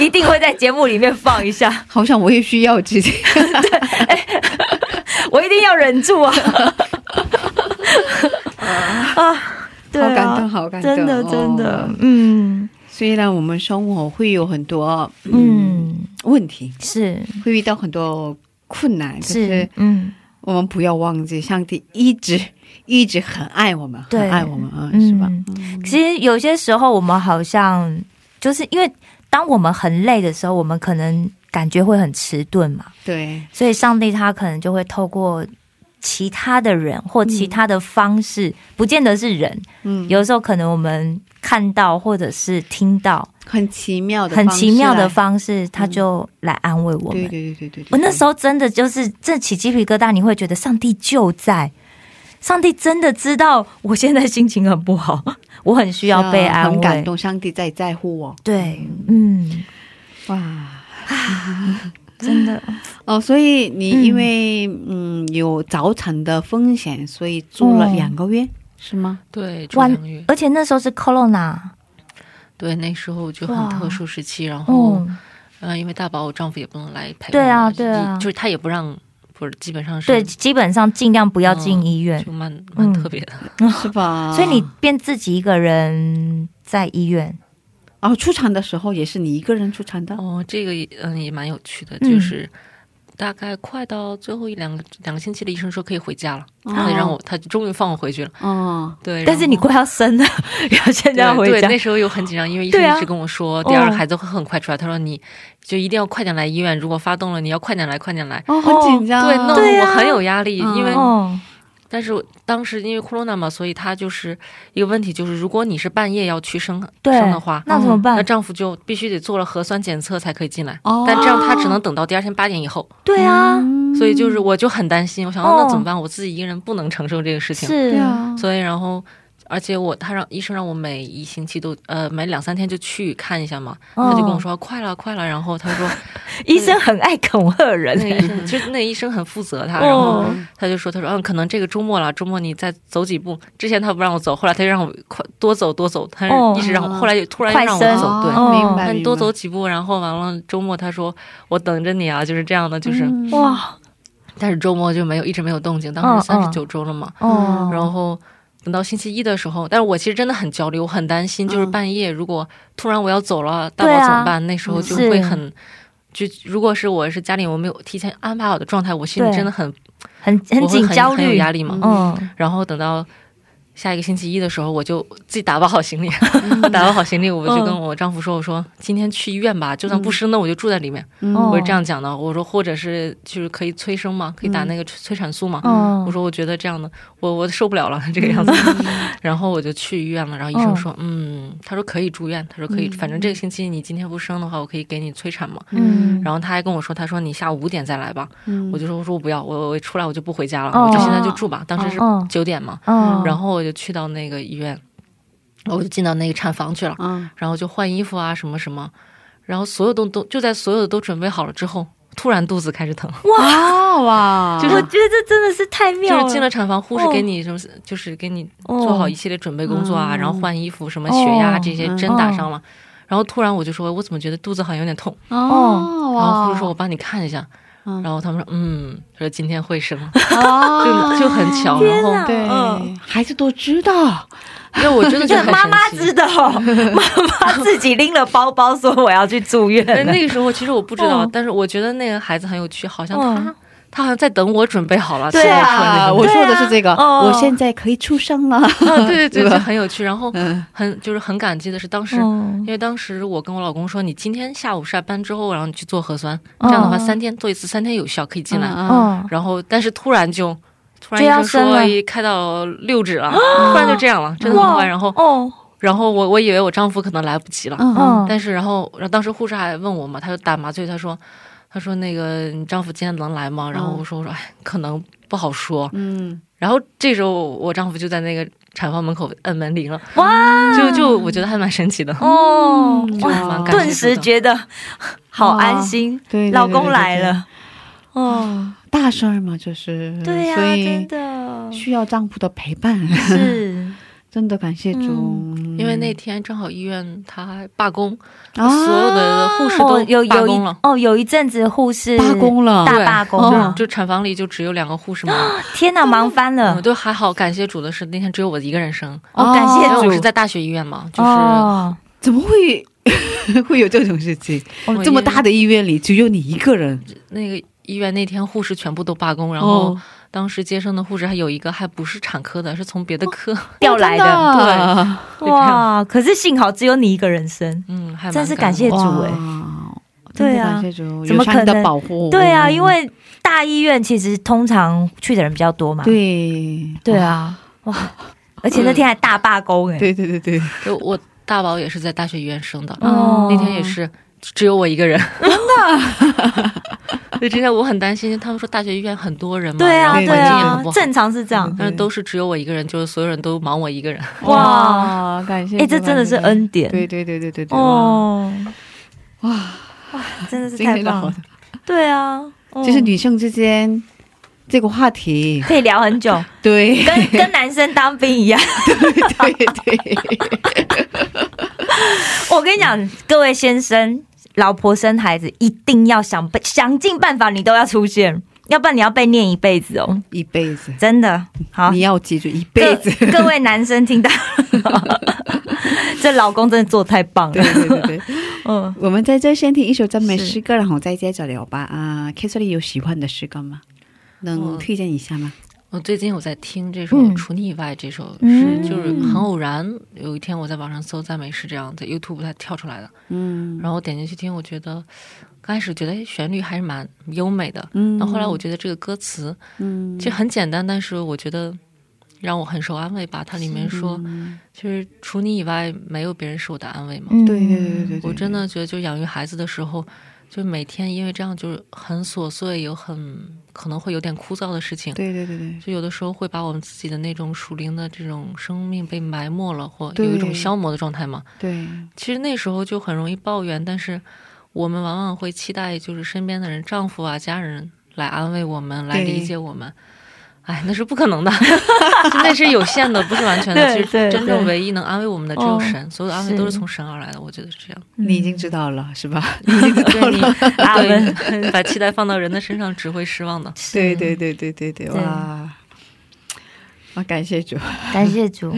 S3: 一定会在节目里面放一下，
S2: 好像我也需要这些，
S3: 我一定要忍住 啊！ 啊，对
S2: 好
S3: 啊
S2: 感动，好感动，
S3: 真的真的
S2: 哦，
S3: 嗯
S2: 虽然我们生活会有很多
S3: 嗯，
S2: 问题，
S3: 是
S2: 会遇到很多困难，可
S3: 是
S2: 是，
S3: 嗯
S2: 我们不要忘记，上帝一直一直很爱我们，
S3: 对
S2: 很爱我们啊，
S3: 嗯
S2: 是吧？
S3: 其实有些时候我们好像就是因为当我们很累的时候，我们可能感觉会很迟钝嘛，
S2: 对，
S3: 所以上帝他可能就会透过。其他的人或其他的方式，不见得是人，
S2: 嗯，
S3: 有时候可能我们看到或者是听到
S2: 很奇妙的方
S3: 很
S2: 式来，啊嗯
S3: 奇妙的方式，他就来安慰我们。
S2: 对对对对对对，
S3: 我那时
S2: 候
S3: 候真的就是这起鸡皮疙瘩，你会觉得上帝就在，上帝真的知道我现在心情很不好，我很需
S7: 啊
S3: 要被安慰。
S2: 很感动，上帝在在乎我，
S3: 对，嗯，
S2: 哇。
S3: 真的，
S2: 哦，所以你
S3: 嗯
S2: 因为嗯有早产的风险，所以住了
S3: 哦
S2: 两个月、是吗？
S7: 对，
S3: 哇
S7: 两个月，
S3: 而且那时候是 corona，
S7: 对，那时候就很
S3: 哇
S7: 特殊时期，然后，
S3: 嗯，
S7: 嗯、因为大宝我丈夫也不能来陪我
S3: 对啊
S7: 嘛
S3: 对啊
S7: 一就是他也不让，不是，基本上是嗯
S3: 对，基本上尽量不要进医院，
S7: 就蛮蛮
S3: 嗯
S7: 特别的。
S2: 是
S7: 啊
S2: 吧？
S3: 所以你便自己一个人在医院，
S2: 哦，出产的时候也是你一个人出产的，
S7: 哦，这个也嗯也蛮有趣的，
S3: 嗯
S7: 就是。大概快到最后一两个两个星期的医生说可以回家了，他让我他终于放我回去了。
S2: 哦，
S7: 对，
S3: 哦但是你
S7: 然后
S3: 快要生了，然后现在要
S7: 对
S3: 回家
S7: 对，那，时候又很紧张，因为医生
S3: 对啊
S7: 一直跟我说，第二
S3: 哦
S7: 个孩子会很快出来。他说你就一定要快点来医院，如果发动了，你要快点来，快点来。
S2: 哦，很紧张，
S7: 对，弄
S3: 对
S7: 得我
S3: 啊
S7: 很有压力，
S2: 嗯
S7: 因为
S3: 哦，
S7: 但是我当时因为 corona 嘛，所以他就是一个问题，就是如果你是半夜要去生
S3: 对
S7: 生的话，嗯
S3: 那怎么办
S7: 那？丈夫就必须得做了核酸检测才可以进来。
S2: 哦，
S7: 但这样他只能等到第二天八点以后，
S3: 对啊，
S7: 所以就是我就很担心，我想、啊
S3: 哦
S7: 那怎么办？我自己一个人不能承受这个事情，
S3: 是
S2: 对啊，
S7: 所以然后。而且我他让医生让我每一星期都呃每两三天就去看一下嘛，
S3: 哦
S7: 他就跟我说、啊快了快了，然后 他说
S3: 医生很爱恐吓
S7: 那个
S3: 人，欸
S7: 医生就是那个医生很负责他，然后
S3: 哦，
S7: 他就说：“他说嗯，可能这个周末了，周末你再走几步。之前他不让我走，后来他就让我快多走多走，他
S3: 哦
S7: 一直让我，后来又突然又
S3: 快
S7: 让我
S3: 伸
S7: 走，对，
S3: 哦
S2: 明白，明
S7: 那
S2: 白
S7: 你多走几步。然后完了周末他说我等着你啊，就是这样的，就是，
S2: 嗯
S3: 哇，
S7: 但是周末就没有一直没有动静，
S3: 嗯
S7: 当
S3: 嗯
S7: 时三十九周了嘛，
S3: 哦，
S7: 嗯然后。”等到星期一的时候，但是我其实真的很焦虑，我很担心，就是
S2: 嗯
S7: 半夜如果突然我要走了，大
S3: 对
S7: 宝
S3: 啊
S7: 怎么办？那时候
S2: 嗯
S7: 就是会很，就如果是我是家里我没有提前安排好的状态，我心里
S3: 对
S7: 真的很
S3: 很很
S7: 我会
S3: 紧焦
S7: 很有
S3: 虑，
S7: 压力嘛。
S3: 嗯，
S7: 然后等到下一个星期一的时候，我就自己打包好行李， 打包好行李，
S3: 嗯
S7: 我就跟我丈夫说：“我说今天去医院吧，就算不生，那我就住在里面。
S2: 嗯
S3: 哦嗯
S7: 我是这样讲的，我说或者是就是可以催生嘛，可以打那个催催产素嘛。
S3: 哦，
S7: 我说我觉得这样的，我我受不了了这个
S3: 嗯
S7: 样子，
S2: 嗯
S7: 然后我就去医院了。然后医生说，嗯，他说可以住院，他说可以，反正这个星期你今天不生的话，我可以给你催产嘛。
S3: 嗯，
S7: 然后他还跟我说，他说你下午五点再来吧。
S2: 嗯
S7: 我就说我说我不要，我我出来我就不回家了，
S3: 哦
S7: 我就现在就住吧。当时是
S3: 哦
S7: 九点嘛，
S3: 哦，
S7: 然后我就去到那个医院，我就进到那个产房去了，
S2: 嗯
S7: 然后就换衣服啊什么什么，然后所有都都就在所有的都准备好了之后，突然肚子开始疼，
S2: 哇哇，
S7: 就是
S3: 我觉得这真的是太妙
S7: 就
S3: 了，
S7: 是进了产房，护士
S3: 哦
S7: 给你什么，就是给你
S3: 哦
S7: 做好一系列准备工作啊，
S2: 嗯
S7: 然后换衣服什么血压
S3: 哦
S7: 这些
S2: 嗯
S7: 针打上了，然后突然我就说，我怎么觉得肚子好像有点痛，
S2: 哦
S7: 然后
S2: 哇，
S7: 护士说我帮你看一下，
S2: 嗯
S7: 然后他们说嗯，说今天会生，
S2: 哦
S7: 就就很巧，然
S3: 啊天
S7: 后
S3: 哪，
S2: 对
S3: 嗯，
S2: 孩子都知道，
S7: 因为我真的觉
S3: 这
S7: 得很
S3: 妈妈
S7: 神奇
S3: 知道， 妈妈自己拎了包包说我要去住院
S7: 但
S3: 了。
S7: 哎那个时候其实我不知道，
S3: 哦
S7: 但是我觉得那个孩子很有趣，好像他、
S3: 嗯
S7: 他好像在等我准备好了，
S3: 对
S7: 才
S3: 啊
S7: 出来那
S2: 啊，
S7: 种
S2: 我说的是这个，
S3: 对啊哦
S2: 我现在可以出生了，
S7: 嗯，对对对，
S2: 对吧
S7: 就很有趣。然后
S2: 嗯
S7: 很就是很感激的是，当时、因为当时我跟我老公说，你今天下午下班之后，然后你去做核酸，这样的话
S3: 嗯
S7: 三天做一次，三天有效可以进来。
S2: 嗯
S3: 哦，
S7: 然后但是突然就。突然
S3: 就要
S7: 医生
S3: 生了
S7: 说一开到六指 了，突然就这样了，真的很
S3: 哇
S7: 快。然后，
S3: 哦，
S7: 然后我我以为我丈夫可能来不及了，
S2: 嗯嗯
S3: 嗯，
S7: 但是然后，然后当时护士还问我嘛，他说打麻醉，他说，他说那个你丈夫今天能来吗？然后我说我说哎，可能不好说。
S2: 嗯，
S7: 然后这时候我丈夫就在那个产房门口按门铃了，
S3: 哇，
S7: 就就我觉得还蛮神奇的，
S3: 哦，
S7: 就还蛮
S3: 哇，
S7: 感谢
S3: 顿时
S7: 的
S3: 觉得好安心，
S2: 对，对
S3: 老公来，
S2: 对对对
S3: 了，哦，
S7: 嗯
S2: 对大事儿嘛，这是，
S3: 对呀，
S2: 所
S3: 真
S2: 以
S3: 的
S2: 需要丈夫的陪伴，
S3: 是，
S2: 真的感谢主，
S7: 因为那天正好医院他罢工，
S2: 啊
S7: 所有的护士
S3: 哦，
S7: 都
S3: 有
S7: 罢
S3: 有
S7: 工
S3: 一
S7: 了。
S3: 哦，有一阵子护士
S2: 罢工了，
S3: 大
S7: 对
S3: 罢工
S7: 就
S3: 了，
S7: 就产房里就只有两个护士嘛，
S3: 天哪，忙翻了
S7: 嗯，，对，还好，感谢主的是那天只有我一个人生，
S3: 哦，感谢
S7: 因为我是
S3: 主，
S7: 在大学医院嘛，就是
S3: 哦，
S2: 怎么会 会有这种事情？
S7: 我
S2: 这么大
S7: 的
S2: 的医院里只有你一个人，
S7: 那个医院那天护士全部都罢工，然后
S2: 哦，
S7: 当时接生的护士还有一个还不是产科的，是从
S3: 哦
S7: 别的科，
S3: 调来的，
S2: 的，
S7: 就这样
S3: 哇，可是幸好只有你一个人生。
S7: 嗯，还蛮
S3: 真是
S7: 感
S3: 感谢
S7: 动
S3: 主
S7: 的
S3: 哎
S2: 哇真
S3: 对
S2: 的
S3: 啊
S2: 感谢主，
S3: 怎
S2: 有
S3: 么
S2: 上帝
S3: 可能
S2: 的保护？嗯
S3: 对
S7: 哦
S3: 啊，因为大医院其实通常去的人比较多嘛。
S2: 对
S3: 对啊，哇！而且那天还大罢工哎、
S2: 对对对对，
S7: 就我大宝也是在大学医院生的，
S3: 哦
S7: 嗯那天也是只有我一 个人， 真的。所以之前我很担心，他们说大学医院很多人嘛，
S3: 对
S7: 然
S3: 啊
S7: 后
S3: 对
S7: 环境也很
S3: 啊
S7: 不，好，
S3: 正常是这样。
S7: 但是都是只有我一个人，就是所有人都忙我一个人。
S2: 嗯
S3: 哇
S2: 哇，感谢
S3: 哎、
S2: 主！
S3: 这真的是恩典
S2: 感谢主，对对对对对对，哇，
S3: 哦，哇哇，真的是
S2: 今
S3: 太
S2: 天
S3: 棒
S2: 好
S3: 了。，对啊，哦
S2: 就是女生之间这个话 题，
S3: 可以聊很久，
S2: 对
S3: 跟跟男生当兵一样。
S2: 对对，
S3: 我跟你讲，各位先生，老婆生孩子一定要想办想尽办法，你都要出现，要不然你要被念一辈子哦，
S2: 一辈子，
S3: 真的。好
S2: 你，要记住一辈子，
S3: 各各位男生听到了，这老公真的做得太棒
S2: 对
S3: 了。
S2: 对对对。
S3: 嗯，
S2: 我们在这先听一首赞美
S3: 是
S2: 诗歌，然后再接着聊吧。啊 k a t h e r i n 有喜欢的诗歌吗？能
S7: 嗯
S2: 推荐一下吗？
S7: 我最近有在听这首
S3: 嗯
S7: 《除你以外》这首诗，
S3: 嗯
S7: 就是很偶然，有一天我在网上搜赞美诗，这样在 YouTube 它跳出来的，
S2: 嗯
S7: 然后我点进去听，我觉得刚开始觉得哎旋律还是蛮优美的，
S2: 嗯
S7: 那后来我觉得这个歌词
S2: 嗯
S7: 其实很简单，但是我觉得让我很受安慰吧。它里面说，
S2: 嗯
S7: 其实除你以外，没有别人是我的安慰嘛。
S3: 嗯
S2: 对对对对对对，
S7: 我真的觉得，就养育孩子的时候，就每天因为这样就是很琐碎，有很可能会有点枯燥的事情，
S2: 对对对对，
S7: 就有的时候会把我们自己的那种属灵的这种生命被埋没了，或
S2: 对
S7: 有一种消磨的状态嘛。
S2: 对
S7: 其实那时候就很容易抱怨，但是我们往往会期待就是身边的人、丈夫啊、家人来安慰我们，来
S2: 对
S7: 理解我们。哎，那是不可能的， 就那是有限的，不是完全的。
S3: 对
S7: 其
S3: 对
S7: 实真正
S3: 对
S7: 唯一能安慰我们的只有
S3: 哦
S7: 神，所有的安慰都是
S3: 是
S7: 从神而来的。我觉得是这样。
S2: 你已经知道了是 吧？
S7: 对你，
S3: 阿文
S7: 对， 把期待放到人的身上，只会失望的。
S2: 对对对对对对，
S3: 对
S2: 哇！啊，感谢主。
S3: 感谢主。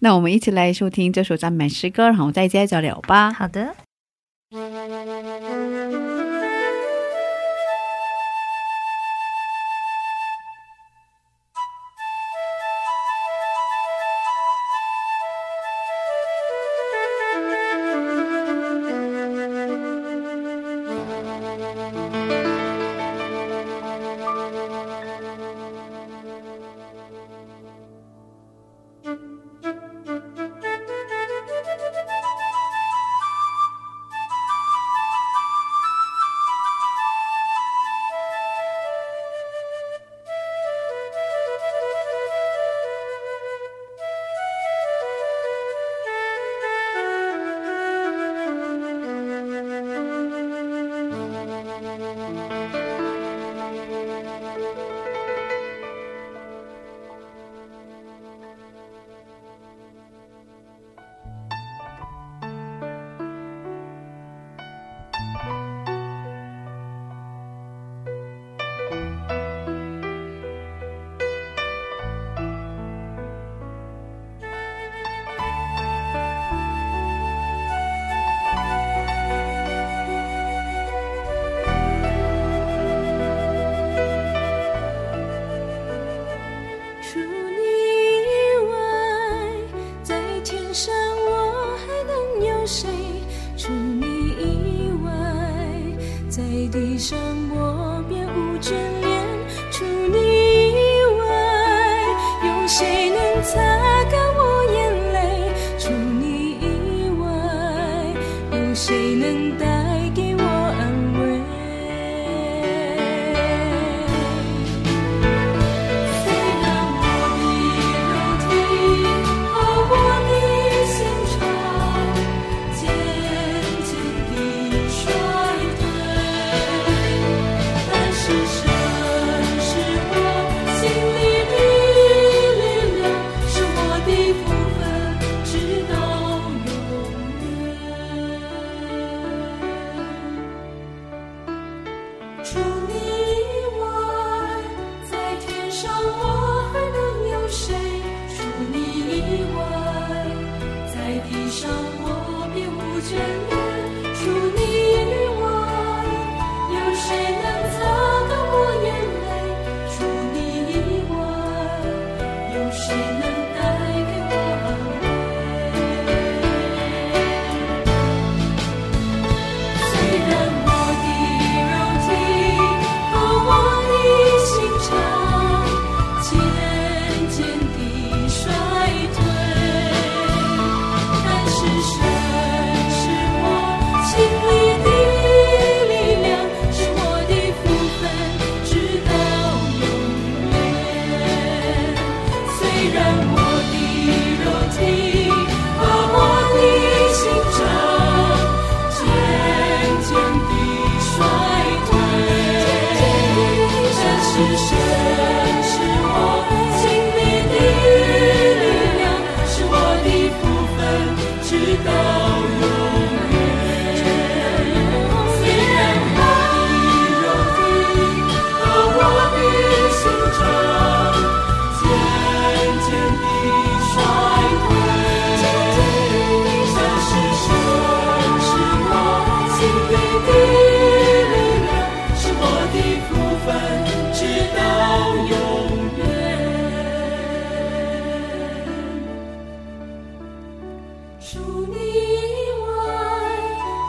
S2: 那我们一起来收听这首赞美诗歌，然后再接着聊吧。
S3: 好的，
S8: 除你以外，在天上我还能有谁？除你以外，在地上我便无眷恋。除你以外，有谁能擦干我眼泪？除你以外，有谁能带给我安慰？虽然我的肉体和我的心肠渐渐地衰退，但是神是我心里的力量，是我的福分，直到永远。除你以外，在天上我还能有谁？除你以外，在地上我便无眷恋。除你以外，有谁能擦干我眼泪？除你以外，有谁能带给我安慰？虽然我的肉体和我的心肠渐渐地衰退，但是神是我心里的力量，是我的福分，直到永远。虽然我的肉体和我的心肠。渐渐地衰退，但是神是我心里的力量，是我的福分，直到永远。虽然我的肉体和我的心肠渐渐地衰退，但是神是我心里的力量，是我的福分，直到永远。除你以外，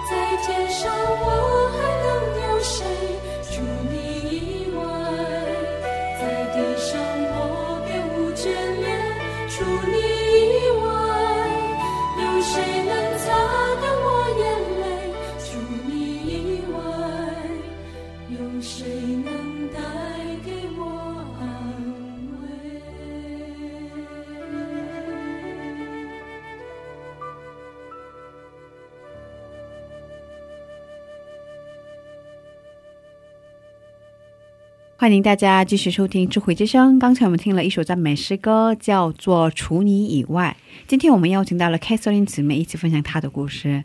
S8: 在天上我还能有谁？除你以外，在地上我便无眷恋。除你以外，有谁能擦干我眼泪？除你以外，
S2: 欢迎大家继续收听智慧之声。刚才我们听了一首赞美诗歌，叫做《除你以外》。今天我们邀请到了 Catherine 姊妹一起分享她的故事。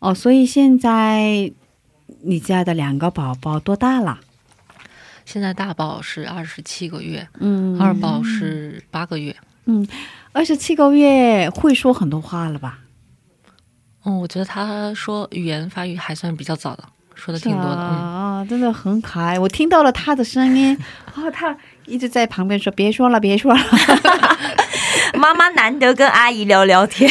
S2: 哦，所以现在你家的两个宝宝多大了？
S7: 现在大宝是二十七个月，
S2: 嗯
S7: 二宝是八个月。
S2: 二十七个月，会说很多话了吧？
S7: 嗯，我觉得他说语言发育还算比较早的，说的挺多
S2: 是
S7: 的。嗯，
S2: 啊、真的很可爱。我听到了他的声 音，哦，他一直在旁边说：“别说了，别说了。
S3: 妈妈难得跟阿姨聊聊天，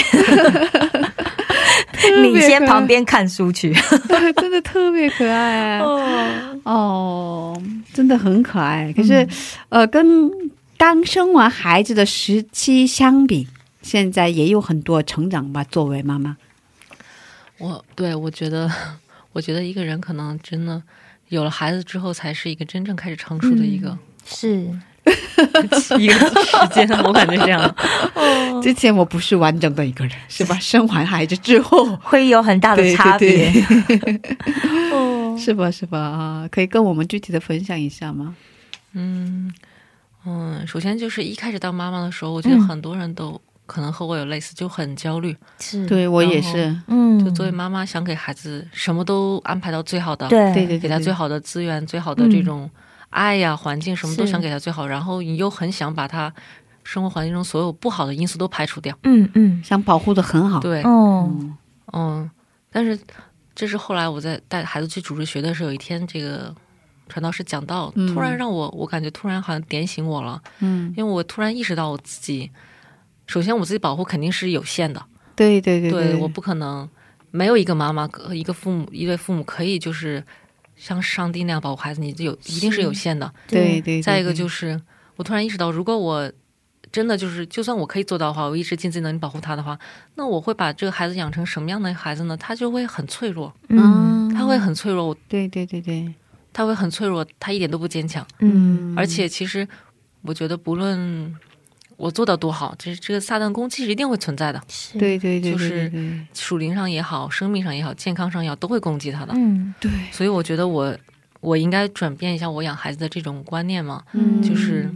S3: 你先旁边看书去。”
S2: 真的特别可 爱。
S3: 哦，
S2: 哦，真的很可爱。可是，呃，跟刚生完孩子的时期相比，现在也有很多成长吧。作为妈妈，
S7: 我对我觉得，我觉得一个人可能真的有了孩子之后，才是一个真正开始成熟的一个、
S3: 是
S7: 一个时间。我感觉这样，
S2: 之前我不是完整的一个人，是 吧？生完孩子之后，
S3: 会有很大的
S2: 对
S3: 差别。
S2: 对是吧？是吧？啊，可以跟我们具体的分享一下吗？
S7: 嗯嗯，首先就是一开始当妈妈的时候，我觉
S3: 嗯
S7: 得很多人都可能和我有类似，就很焦虑。
S3: 是，
S2: 对我也
S7: 也
S2: 是
S7: 是，
S3: 嗯，
S7: 就作为妈妈，想给孩子什么都安排到最好的，
S3: 对嗯
S2: 对对
S7: 给
S2: 对，
S7: 他最
S2: 好。
S7: 好的资源、最好的这种爱呀、环境，什么都想给他最好。然后你又很想把他生活环境中所有不好的因素都排除掉。
S3: 嗯嗯，
S2: 想保护的很好，
S7: 对，
S3: 哦，
S2: 嗯，
S7: 嗯，但是这是后来我在带孩子去主日学的时候，有一天这个传道师讲到，
S2: 嗯
S7: 突然让我，我感觉突然好像点醒我了，
S2: 嗯，
S7: 因为我突然意识到我自己，首先我自己保护肯定是有限的，
S2: 对对对
S7: 我不可能没有一个妈妈和一个父母一对父母可以就是像上帝那样保护孩子，你有一定是有限的。
S2: 对对对。
S7: 再一个就是，我突然意识到，如果我真的就是，就算我可以做到的话，我一直尽自己能力保护他的话，那我会把这个孩子养成什么样的孩子呢？他就会很脆弱，
S3: 嗯
S7: 他会很脆弱，
S2: 对对对对，
S7: 他会很脆弱，他一点都不坚强。
S3: 嗯
S7: 而且其实，我觉得不论我做到多好，这这个撒旦攻击是一定会存在的，
S3: 是，
S2: 对对对，
S7: 就是
S2: 对
S7: 属灵上也好，生命上也好，健康上也好，都会攻击他的。
S3: 嗯
S2: 对，
S7: 所以我觉得我我应该转变一下我养孩子的这种观念嘛，
S2: 嗯，
S7: 就是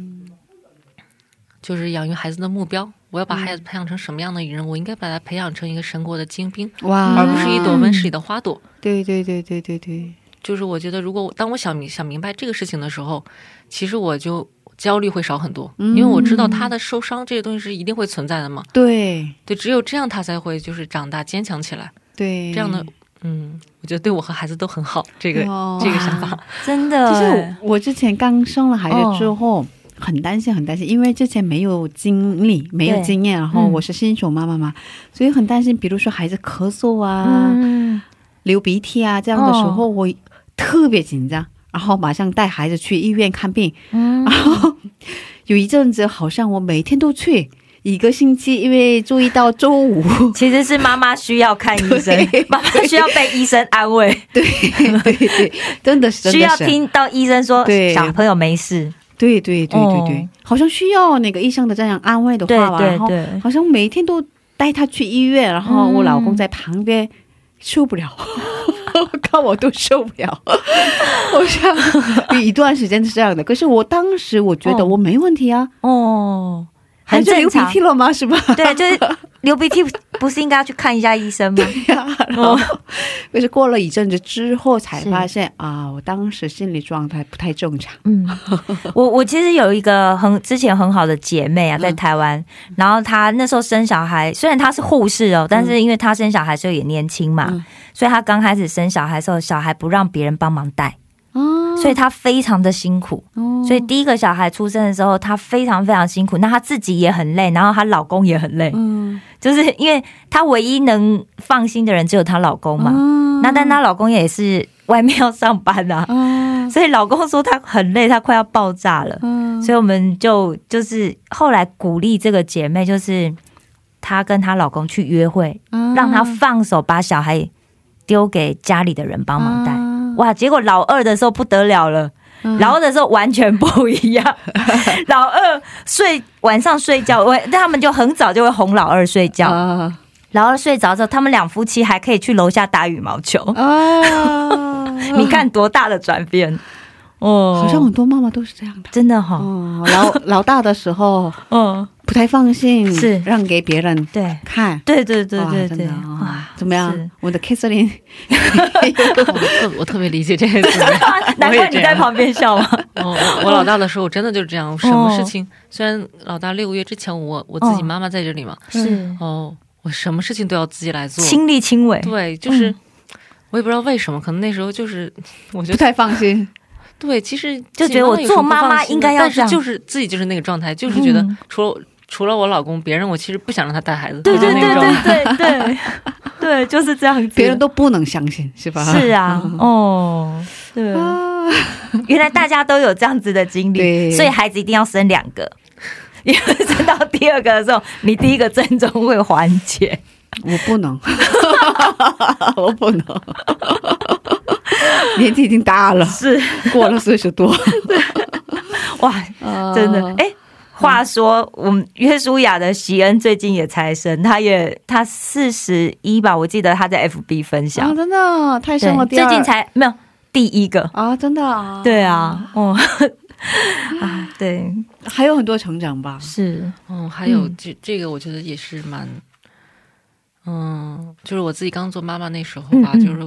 S7: 就是养育孩子的目标。我要把孩子培养成什么样的人？我应该把他培养成一个神国的精兵，
S2: 哇，
S7: 而不是一朵温室里的花朵。
S2: 对对对对对对，
S7: 就是我觉得，如果我当我想明想明白这个事情的时候，其实我就焦虑会少很多，因为我知道他的受伤这些东西是一定会存在的嘛。
S2: 对
S7: 对，只有这样他才会就是长大坚强起来。
S2: 对，
S7: 这样的，嗯，我觉得对我和孩子都很好。这个、
S2: 哦
S7: 这个 想法，
S2: 就
S3: 真的，
S2: 是我之前刚生了孩子之后。很担心，很担心，因为之前没有经历，没有
S3: 对
S2: 经验，然后
S3: 嗯
S2: 我是新手妈妈嘛，所以很担心。比如说孩子咳嗽啊、
S3: 嗯
S2: 流鼻涕啊这样的时候，
S3: 哦
S2: 我特别紧张，然后马上带孩子去医院看病，
S3: 嗯，
S2: 有一阵子好像我每天都去，一个星期，因为注意到周 五，
S3: 其实是妈妈需要看医生
S2: 对，
S3: 妈妈需要被医生安慰，
S2: 对对，真的是
S3: 需要，
S2: 真的是
S3: 听到医生说
S2: 对
S3: 小朋友没事，
S2: 对对对对对，
S3: 哦
S2: 好像需要那个医生的这样安慰的
S3: 对
S2: 话吧，然
S3: 对
S2: 后
S3: 对，
S2: 好像每天都带他去医院，然后
S3: 嗯
S2: 我老公在旁边、受不了。 看我都受不了， 好像有一段时间是这样的。可是我当时我觉得
S3: 哦
S2: 我没问题啊，
S3: 哦，
S2: 还
S3: 很
S2: 是
S3: 正
S2: 流鼻
S3: 常
S2: 涕，了吗？是吧？
S3: 对， 就是流鼻涕，不是应该要去看一下医生吗？
S2: 然
S3: 哦
S2: 后可是过了一阵子之后才发现啊，我当时心理状态不太正常。
S3: 嗯，我我其实有一个很之前很好的姐妹啊，在
S2: 嗯
S3: 台湾，然后她那时候生小孩，虽然她是护士哦，但是因为她生小孩的时候也年轻嘛，
S2: 嗯
S3: 所以她刚开始生小孩的时候，小孩不让别人帮忙带，
S2: 哦
S3: 所以她非常的辛苦。所以第一个小孩出生的时候，她非常非常辛苦，那她自己也很累，然后她老公也很累，
S2: 嗯，
S3: 就是因为她唯一能放心的人只有她老公嘛。那但她老公也是外面要上班啊，
S2: 啊，
S3: 所以老公说他很累，他快要爆炸了。
S2: 嗯
S3: 所以我们就就是后来鼓励这个姐妹，就是她跟她老公去约会，让她放手把小孩丢给家里的人帮忙带。哇！结果老二的时候不得了了，老二的时候完全不一样。老二睡晚上睡觉，我他们就很早就会哄老二睡觉。
S2: 啊
S3: 老二睡着之后，他们两夫妻还可以去楼下打羽毛球。
S2: 啊，
S3: 你看多大的转变！哦，
S2: 好像很多妈妈都是这样的。
S3: 真的哈、
S2: 哦， 老老大的时候
S3: 嗯，
S2: 不太放心，
S3: 是
S2: 让给别人
S3: 对，
S2: 看。
S3: 对对对
S2: 哇
S3: 对
S2: 真
S3: 对，
S2: 的
S3: 哇
S2: 啊，怎么样
S3: 是？，
S2: 我的 Catherine
S7: 我特我特别理解这些姊妹
S3: 难怪
S7: 我也
S3: 你
S7: 这
S3: 在
S7: 样。
S3: 旁边笑嘛。
S7: 我哦我我老大的时候，我真的就是这
S3: 哦
S7: 样，什么事情虽然老大六个月之前我我自己妈妈在这里嘛，
S3: 是
S7: 哦，我什么事情都要自己来做，
S3: 亲嗯力亲为，
S7: 对，就是。我也不知道为什么，可能那时候就是， 我觉
S2: 不
S7: 得
S2: 太放心，
S7: 对，其实
S3: 就觉得我
S7: 自己有什么
S3: 做妈
S7: 不放
S3: 妈
S7: 心
S3: 应
S7: 的
S3: 该要
S7: 但
S3: 这
S7: 是
S3: 样
S7: 就是自己就是那个状态，就是觉得
S3: 嗯
S7: 除了除了我老公，别人我其实不想让他带孩子，
S3: 对对
S7: 就是
S3: 对
S7: 那种
S3: 对对对对，就是这样子。
S2: 别人都不能相信，是吧？
S3: 是啊，哦，对，
S2: 啊，
S3: 原来大家都有这样子的经历，
S2: 对
S3: 所以孩子一定要生两个。因为生到第二个的时候，你第一个症状会缓解。
S2: 我不能， 我不能， 年纪已经大了，
S3: 是
S2: 过了岁数 多，
S3: 哇，真的
S2: 啊
S3: 哎。话说，我们约书亚的席恩最近也才生，他也他四十一吧，我记得他在 FB 分享，
S2: 啊，真的太生了
S3: 对
S2: 第二，
S3: 最近才没有第一个，
S2: 啊，真的啊，
S3: 对啊，哦， 啊，对，
S2: 还有很多成长吧，
S3: 是，
S7: 嗯，还有
S3: 嗯
S7: 这、这个，我觉得也是蛮，嗯，就是我自己刚做妈妈那时候吧，
S3: 嗯嗯
S7: 就是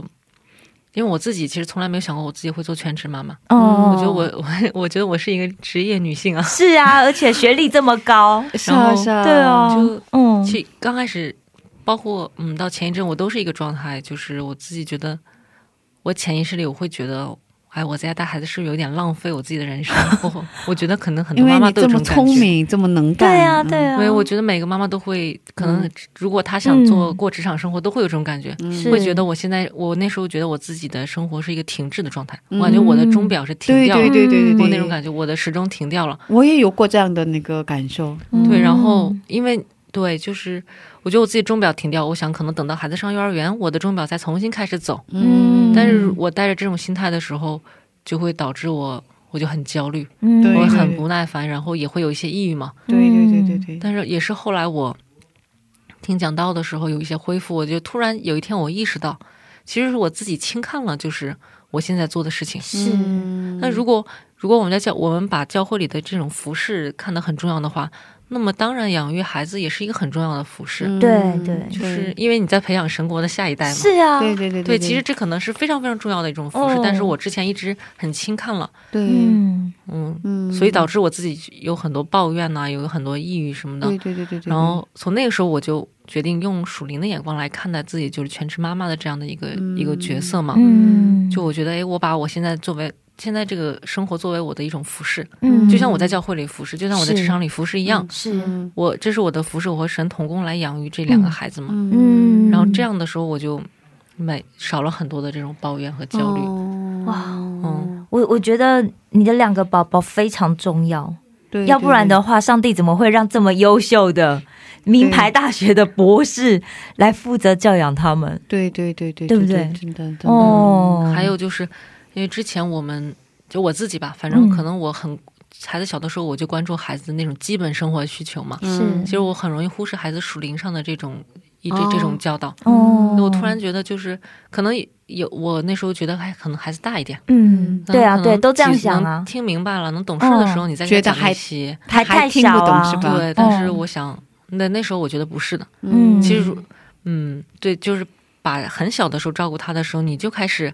S7: 因为我自己其实从来没有想过我自己会做全职妈妈。
S3: 哦，
S7: 我觉得我我 我觉得我是一个职业女性啊，
S3: 是啊，而且学历这么高，
S2: 是啊，是啊，
S3: 对啊
S7: 就，
S3: 嗯，
S7: 其实刚开始，包括嗯到前一阵，我都是一个状态，就是我自己觉得，我潜意识里我会觉得。哎，我在家带孩子是不是有点浪费我自己的人生？我 我觉得可能很多
S2: 因
S7: 妈
S2: 为
S7: 妈
S2: 你
S7: 都有
S2: 这
S7: 这
S2: 么
S7: 种感
S2: 聪
S7: 觉。
S2: 明，这么能干，
S3: 对啊，
S2: 嗯
S3: 对，啊，
S7: 因为我觉得每个妈妈都会，可能如果她想
S2: 嗯
S7: 做过职场生活，都会有这种感觉，
S3: 是
S7: 会觉得我现在我那时候觉得我自己的生活是一个停滞的状态，
S2: 嗯
S7: 我感觉我的钟表是停
S2: 对
S7: 掉了，
S2: 对对对对
S3: 嗯
S2: 对，
S7: 我那种感觉，我的时钟停掉了。
S2: 我也有过这样的那个感受，
S3: 嗯
S7: 对，然后因为对，就是我觉得我自己钟表停掉，我想可能等到孩子上幼儿园，我的钟表再重新开始走。
S3: 嗯
S7: 但是我带着这种心态的时候，就会导致我我就很焦虑，
S3: 嗯
S7: 我
S2: 对
S7: 会很
S2: 对
S7: 不耐烦，然后也会有一些抑郁嘛。
S2: 对对对对对，
S7: 但是也是后来我听讲道的时候有一些恢复，我就突然有一天我意识到，其实是我自己轻看了，就是我现在做的事情。
S3: 嗯是
S2: 嗯
S7: 那如果如果我们在教我们把教会里的这种服饰看得很重要的话，那么当然养育孩子也是一个很重要的服饰，
S2: 嗯
S3: 对对
S7: 就是因为你在培养神国的下一代嘛。
S3: 是啊，
S2: 对对对
S7: 对，其实这可能是非常非常重要的一种服饰，
S3: 哦
S7: 但是我之前一直很轻看了，
S2: 对，
S3: 嗯，
S7: 嗯，
S2: 嗯
S7: 所以导致我自己有很多抱怨呐、有很多抑郁什么的。
S2: 对对对对对，
S7: 然
S3: 嗯
S7: 后从那个时候我就决定用属灵的眼光来看待自己，就是全职妈妈的这样的一个、一个角色嘛。
S3: 嗯，
S7: 就我觉得，哎，我把我现在作为现在这个生活作为我的一种服饰，
S3: 嗯
S7: 就像我在教会里服侍，就像我在
S3: 是嗯
S7: 职场里服侍一样。
S3: 是，
S2: 嗯
S7: 我这是我的服侍，我和神同工来养育这两个孩子嘛。
S3: 嗯，
S7: 然后这样的时候，我就没少了很多的这种抱怨和焦虑。
S3: 哦哇，
S7: 嗯，
S3: 我我觉得你的两个宝宝非常重要，
S2: 嗯对，
S3: 要不然的话，上帝怎么会让这么优秀的名牌大学的博士来负责教养他们？
S2: 对对对对，
S3: 对不
S2: 对
S3: 对？
S2: 真的真的，
S3: 哦，
S7: 还有就是因为之前我们就我自己吧，反正
S3: 嗯
S7: 可能我很、孩子小的时候，我就关注孩子那种基本生活需求
S2: 嗯
S7: 嘛。
S3: 是
S7: 其实我很容易忽视孩子属灵上的这种一这、这种教导。
S3: 哦
S7: 那我突然觉得，就是可能有我那时候觉得，哎，可能孩子大一点，
S3: 嗯，对啊，
S7: 可能
S3: 对，都这样
S7: 几
S3: 想
S7: 能
S3: 啊，哦
S7: 听明白了，能懂事的时候，你再给
S2: 觉得
S7: 他讲
S2: 还
S7: 一些。
S3: 还太
S2: 听不
S3: 小啊，
S2: 懂是吧
S7: 对，但是我想，那那时候我觉得不是的。
S3: 嗯，
S7: 其实如，嗯，对，就是把很小的时候照顾他的时候，你就开始，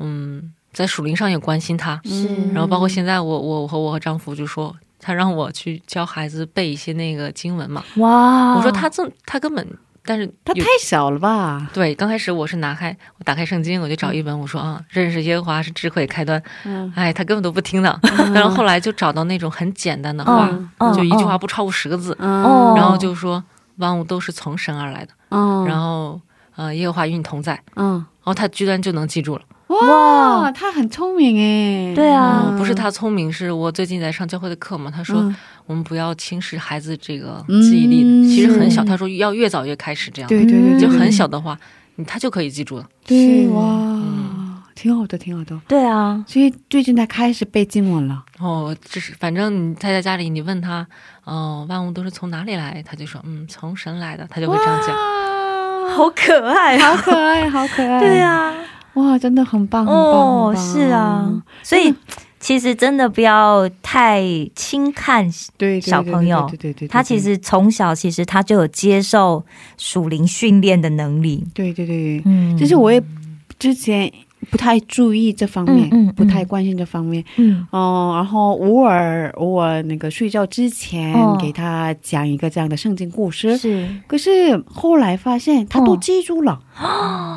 S7: 嗯，在属灵上也关心他。
S2: 嗯
S3: 是
S7: 然后包括现在我，我我和我和丈夫就说，他让我去教孩子背一些那个经文嘛。
S3: 哇，
S7: 我说他这他根本，但是
S2: 他
S7: 有
S2: 太小了吧？
S7: 对，刚开始我是拿开，我打开圣经，我就找一本，我说啊，认识耶和华是智慧开端。
S2: 嗯
S7: 哎，他根本都不听的。然后后来就找到那种很简单的话，
S3: 嗯嗯
S7: 就一句
S3: 嗯
S7: 话不超过十个字，
S3: 哦
S7: 嗯然后就说万物都是从神而来的，
S2: 嗯，
S7: 然后呃耶和华与你同在，然
S2: 嗯，
S7: 后他居然就能记住了。
S2: 哇，他很聪明哎，
S3: 对啊
S7: 嗯，不是他聪明，是我最近在上教会的课嘛，他说
S2: 嗯
S7: 我们不要轻视孩子这个记忆力，其实很小，
S3: 是
S7: 他说要越早越开始这样，
S2: 嗯对对对，对
S7: 就很小，的话，你他就可以记住了。
S2: 对
S3: 是
S7: 嗯
S2: 哇，挺好的，挺好的。
S3: 对啊，
S2: 所以最近他开始背经文了，
S7: 哦，这是反正你他在家里，你问他，嗯、万物都是从哪里来，他就说，嗯，从神来的，他就会这样讲。
S2: 哇，
S3: 好可爱
S2: 好
S3: 啊，
S2: 可爱，好可爱，
S3: 对，啊，
S2: 哇，真的很棒，很棒，
S3: 哦，
S2: 很棒嗯
S3: 是啊，，所以。其实真的不要太轻看
S2: 对对对
S3: 小朋友
S2: 对对对对对，
S3: 他，其实从小其实他就有接受属灵训练的能力。
S2: 对对对，
S3: 嗯
S2: 其实我也之前不太注意这方面，
S3: 嗯嗯嗯
S2: 不太关心这方面。
S3: 嗯
S2: 嗯，然后偶尔偶尔那个睡觉之前
S3: 哦
S2: 给他讲一个这样的圣经故事，
S3: 是
S2: 可是后来发现他都
S3: 哦
S2: 记住 了，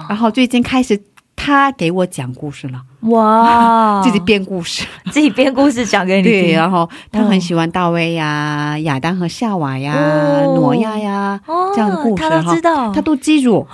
S2: 然后最近开始他给我讲故事了，
S3: 哇，
S2: 自己编故事，
S3: 自己编故事讲给你
S2: 对，啊
S3: 听
S2: 然后他
S3: 哦
S2: 很喜欢大卫呀、亚当和夏娃呀、
S3: 哦
S2: 挪亚呀，
S3: 哦，
S2: 这样的故事
S3: 他都
S2: 哈
S3: 知道，哦
S2: 他都记住，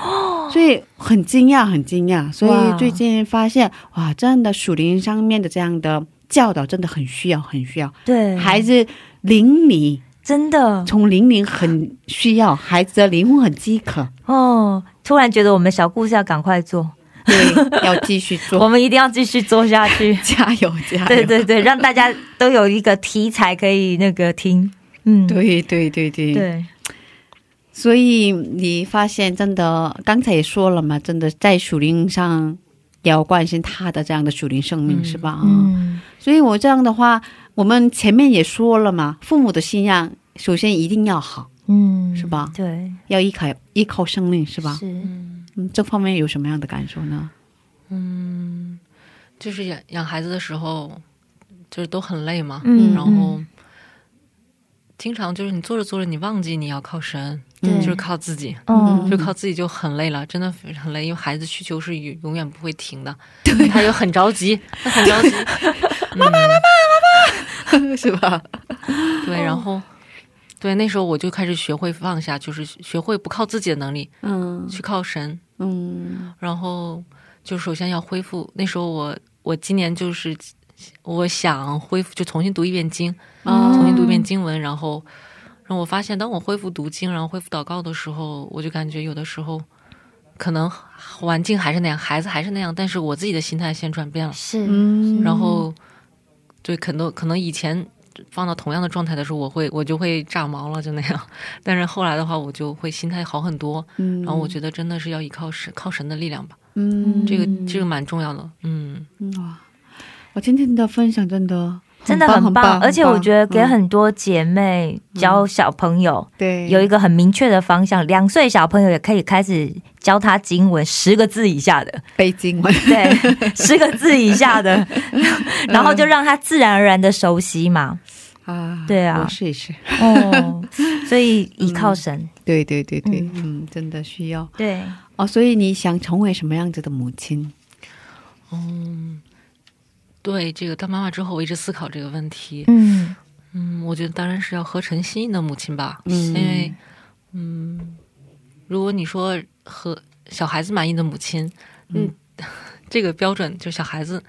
S2: 所以很惊讶，很惊讶。所以最近发现，哇，这样的属灵上面的这样的教导真的很需要，很需要。
S3: 对
S2: 孩子灵里
S3: 真的
S2: 从灵里很需要，孩子的灵魂很饥渴，
S3: 哦，突然觉得我们小故事要赶快做，
S2: 对， 要继续
S3: 我
S2: 做，。
S3: 们一定要继续做下去
S2: 加油， 加油！
S3: 对对对，让大家都有一个题材可以那个听。嗯，
S2: 对对对对
S3: 对，
S2: 所以你发现真的，刚才也说了嘛，真的在属灵上也要关心他的这样的属灵生命，
S7: 嗯
S2: 是吧？啊、
S3: 嗯，
S2: 所以我这样的话，我们前面也说了嘛，父母的信仰首先一定要好，
S3: 嗯，
S2: 是吧
S3: 对，
S2: 要依靠依靠生命，是吧？
S3: 是，
S2: 嗯，这方面有什么样的感受呢？
S7: 就是养养孩子的时候，就是都很累嘛，
S3: 嗯
S7: 然后经常就是你做着做着，你忘记你要靠神，
S3: 对
S7: 就是靠自己。
S3: 嗯
S2: 嗯
S7: 就靠自己就很累了，真的很累，因为孩子需求是永永远不会停 的，对，他就很着急，他很着急，
S2: 是吧？
S7: 对，然后，对，那时候我就开始学会放下，就是学会不靠自己的能力，
S2: 嗯
S7: 去靠神，
S2: 嗯
S7: 然后就首先要恢复。那时候我我今年就是我想恢复，就重新读一遍经，
S2: 嗯
S7: 重新读一遍经文，然后让我发现，当我恢复读经，然后恢复祷告的时候，我就感觉有的时候可能环境还是那样，孩子还是那样，但是我自己的心态先转变了。
S3: 是，
S2: 嗯
S7: 然后，对，可能可能以前放到同样的状态的时候，我会我就会炸毛了，就那样。 但是后来的话，我就会心态好很多。
S2: 嗯
S7: 然后我觉得真的是要依靠神，靠神的力量吧。
S2: 嗯
S7: 这个这个蛮重要的。嗯，
S2: 个哇，我今天的分享真的
S3: 真的很
S2: 很
S3: 棒，而且我觉得给
S2: 嗯
S3: 很多姐妹教小朋友
S2: 对
S3: 有一个很明确的方向，两岁小朋友也可以开始教他经文，十个字以下的，
S2: 背经文，
S3: 对，十个字以下的，然后就让他自然而然的熟悉嘛。
S2: 啊，
S3: 对啊
S2: 我试一试。
S3: 哦，所以依靠神，
S2: 对对对对，嗯，真的需要
S3: 对，
S2: 哦。所以你想成为什么样子的母亲？哦
S7: 对，这个当妈妈之后，我一直思考这个问题。
S3: 嗯，
S7: 嗯，我觉得当然是要合成心意的母亲吧，
S2: 嗯
S7: 因为，嗯，如果你说和小孩子满意的母亲，嗯， 这个标准就小孩子，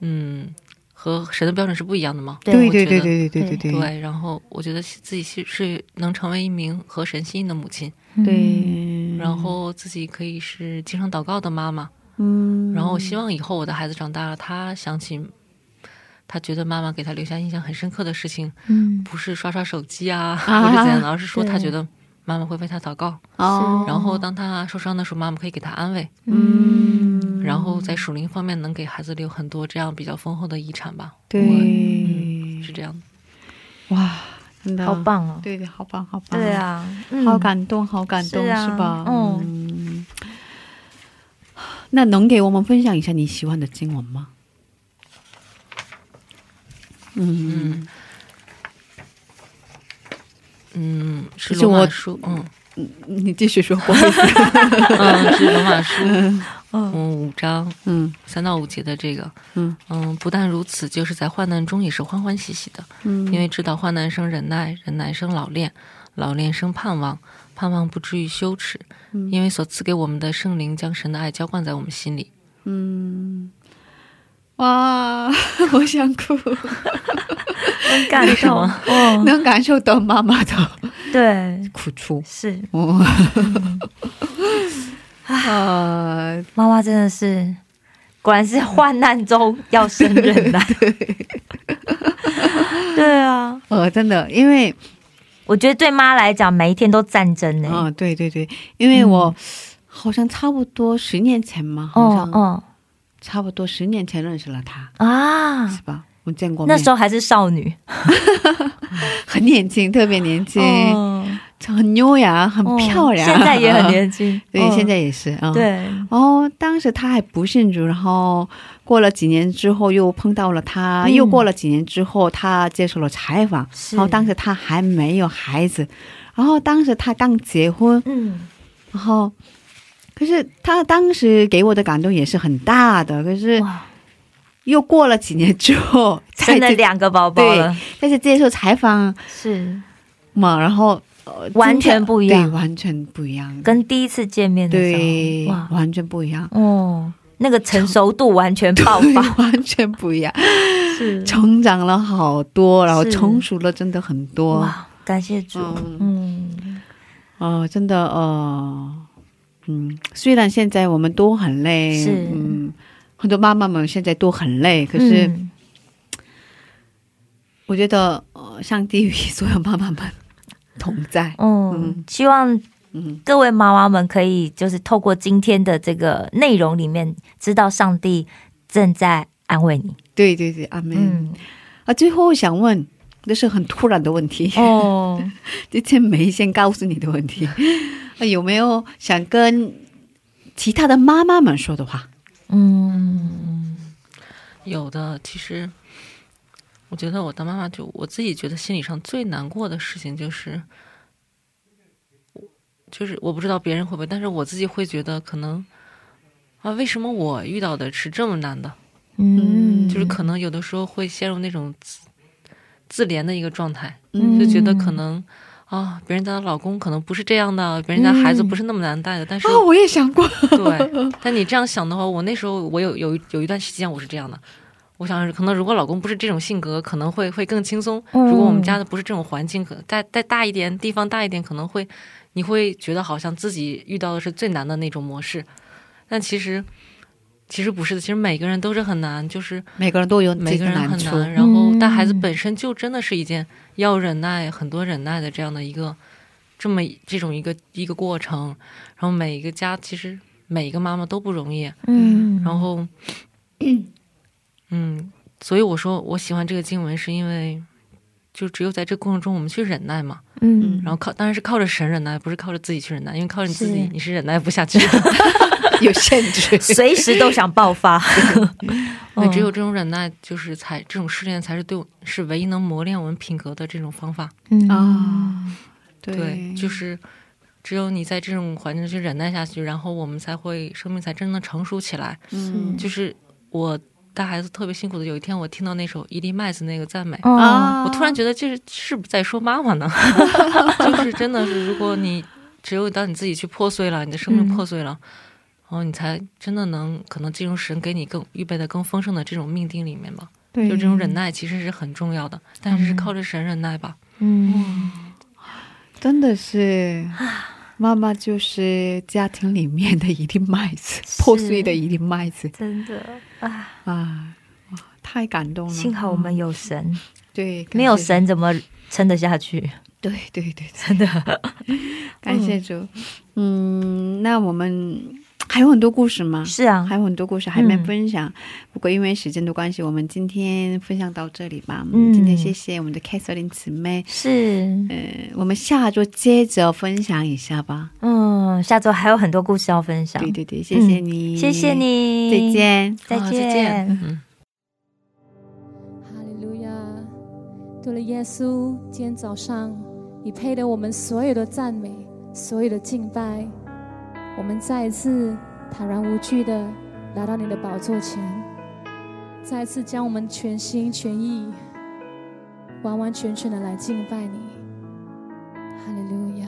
S7: 嗯，和神的标准是不一样的嘛。
S3: 对
S7: 我
S2: 对对
S7: 觉
S2: 对
S7: 得
S2: 对对
S3: 对
S2: 对
S7: 对，然后我觉得自己是是能成为一名合神心意的母亲，
S2: 对，
S7: 然后自己可以是经常祷告的妈妈，
S2: 嗯，
S7: 然后我希望以后我的孩子长大了，他想起他觉得妈妈给他留下印象很深刻的事情，
S3: 嗯，
S7: 不是刷刷手机啊，
S2: 啊
S7: 不是怎 样的，而是说
S3: 对
S7: 他觉得妈妈会为他祷告，
S2: 哦，
S7: 然后当他受伤的时候，妈妈可以给他安慰，
S2: 嗯，
S7: 然后在属灵方面能给孩子留很多这样比较丰厚的遗产吧，
S2: 对，
S7: 嗯是这样的。
S2: 哇，真的
S3: 好，棒哦，
S2: 对对，好棒，好棒，
S3: 对，啊，嗯
S2: 好，感动，好感动，
S3: 是啊
S2: 是吧？
S3: 嗯
S2: 嗯，那能给我们分享一下你喜欢的经文吗？嗯，
S7: 嗯，嗯，是
S2: 其实
S7: 罗马
S2: 我
S7: 书，嗯
S2: 你继续说，不好意思
S7: 嗯，是罗马书，
S3: 嗯
S7: 嗯，五章
S2: 嗯
S7: 三到五节的这个，
S2: 嗯
S7: 嗯，不但如此，就是在患难中也是欢欢喜喜的，
S2: 嗯，
S7: 因为知道患难生忍耐，忍耐生老练，老练生盼望，盼望不至于羞耻，
S2: 嗯
S7: 因为所赐给我们的圣灵将神的爱浇灌在我们心里。
S2: 嗯，哇， 我想哭，
S3: 很感
S7: 为什
S3: 动
S7: 么，
S3: 哦，
S2: 能感受到妈妈的
S3: 对，
S2: 苦处。
S3: 是
S2: 哦，啊，
S3: 妈妈真的是，果然是患难中要生忍 耐，对啊，
S2: 呃，真的，因为，
S3: 我觉得对妈来讲，每一天都战争呢、
S2: 啊、对对对，因为我、好像差不多十年前嘛，好
S3: 嗯哦
S2: 像
S3: 哦
S2: 差不多十年前认识了他，
S3: 啊，
S2: 是吧？我见过面，
S3: 那时候还是少女，
S2: 很年轻，特别年轻，
S3: 哦
S2: 很优雅，很漂亮，
S3: 现在也很年轻
S2: ，对，
S3: 嗯
S2: 现在也是啊、嗯。
S3: 对，
S2: 哦，当时他还不信主，然后过了几年之后又碰到了他，
S3: 嗯
S2: 又过了几年之后他接受了采访，
S3: 是
S2: 然后当时他还没有孩子，然后当时他刚结婚，
S3: 嗯
S2: 然后可是他当时给我的感动也是很大的，可是
S3: 哇，
S2: 又过了几年之后，
S3: 生了
S2: 再次
S3: 两个宝宝了，
S2: 再次接受采访
S3: 是
S2: 嘛，然后、呃
S3: 完全
S2: 真的
S3: 不一样
S2: 对完全不一样，
S3: 跟第一次见面的
S2: 对
S3: 时候，哇，
S2: 完全不一样。
S3: 哦，那个成熟度完全爆发，
S2: 完全不一样，
S3: 是
S2: 成长了好多，然后
S3: 是
S2: 成熟了真的很多。
S3: 哇，感谢主，
S2: 嗯，
S3: 嗯，
S2: 哦，真的，呃，嗯，虽然现在我们都很累，
S3: 是
S2: 嗯，很多妈妈们现在都很累，可是
S3: 嗯
S2: 我觉得，呃，上帝与所有妈妈们同 在，
S3: 嗯，希望
S2: 嗯，
S3: 各位妈妈们可以就是透过今天的这个内容里面，知道上帝正在安慰你。
S2: 对对对，阿门、
S3: 嗯，
S2: 啊，最后想问，这是很突然的问 题，
S3: 哦，
S2: 之前没先告诉你的问题，啊有没有想跟其他的妈妈们说的话？
S3: 嗯，
S7: 有的，其实我觉得我当妈妈就我自己觉得心理上最难过的事情就是，就是我不知道别人会不会，但是我自己会觉得可能啊，为什么我遇到的是这么难的？
S3: 嗯，
S7: 就是可能有的时候会陷入那种自自怜的一个状态，
S2: 嗯
S7: 就觉得可能。啊，别人家的老公可能不是这样的，别人家孩子不是那么难带的，但是
S2: 啊，我也想过，
S7: 对，但你这样想的话，我那时候我有有有一段时间我是这样的，我想可能如果老公不是这种性格，可能会会更轻松。如果我们家的不是这种环境，可再再大一点，地方大一点，可能会你会觉得好像自己遇到的是最难的那种模式，但其实其实不是的，其实每个人都是很难，就是
S2: 每个人都有自
S7: 每
S2: 己
S7: 个
S2: 的
S7: 人很
S2: 难处，
S7: 难。然后带孩子
S3: 嗯
S7: 本身就真的是一件要忍耐、很多忍耐的这样的一个这么一这种一个一个过程。然后每一个家其实每一个妈妈都不容易。
S3: 嗯，
S7: 然 后，嗯，所以我说我喜欢这个经文，是因为就只有在这过程中我们去忍耐嘛。
S3: 嗯，
S7: 然后靠，当然是靠着神忍耐，不是靠着自己去忍耐，因为靠着你自己
S3: 是
S7: 你是忍耐 不下去的。
S2: 有限制。
S3: 随时都想爆发，
S7: 对，
S3: 嗯
S7: 只有这种忍耐，就是才这种试炼才是对我是唯一能磨练我们品格的这种方法。
S3: 嗯
S2: 啊，对
S7: 对，就是只有你在这种环境去忍耐下去，然后我们才会生命才真的成熟起来。
S2: 嗯
S7: 就是我带孩子特别辛苦的，有一天我听到那首伊利麦子那个赞美，
S2: 哦
S3: 啊，
S7: 我突然觉得这是是不是在说妈妈呢？ 就是真的是，如果你只有当你自己去破碎了，你的生命
S3: 嗯
S7: 破碎了。然后你才真的能可能进入神给你更预备的更丰盛的这种命定里面吧，
S3: 对
S7: 就这种忍，耐其实是很重要的，但是是
S3: 嗯
S7: 靠着神忍耐吧。
S3: 嗯，
S2: 真的是。妈妈就是家庭里面的一粒麦子，破碎的一粒麦子
S3: 真的啊，
S2: 啊！哇，太感动了！
S3: 幸好我们有神，
S2: 嗯对感谢
S3: 没有神怎么撑得下去？
S2: 对对对，真的， 感谢主。嗯，那我们还有很多故事吗？
S3: 是啊，
S2: 嗯还有很多故事还没
S3: 嗯
S2: 分享，不过因为时间的关系，我们今天分享到这里吧。
S3: 嗯
S2: 今天谢谢我们的 Catherine 姊妹，
S3: 是，
S2: 呃，我们下周接着分享一下吧。
S3: 嗯，下周还有很多故事要分享
S2: 对，对对，谢谢你，
S3: 嗯谢谢，你，
S2: 再，见。
S3: 再
S7: 好啊再见
S3: 见。
S7: 嗯。
S8: 哈利路亚！对了，耶稣，今天早上你配得我们所有的赞美，所有的敬拜。我们再一次坦然无惧的来到你的宝座前，再一次将我们全心全意、完完全全的来敬拜你。哈利路亚！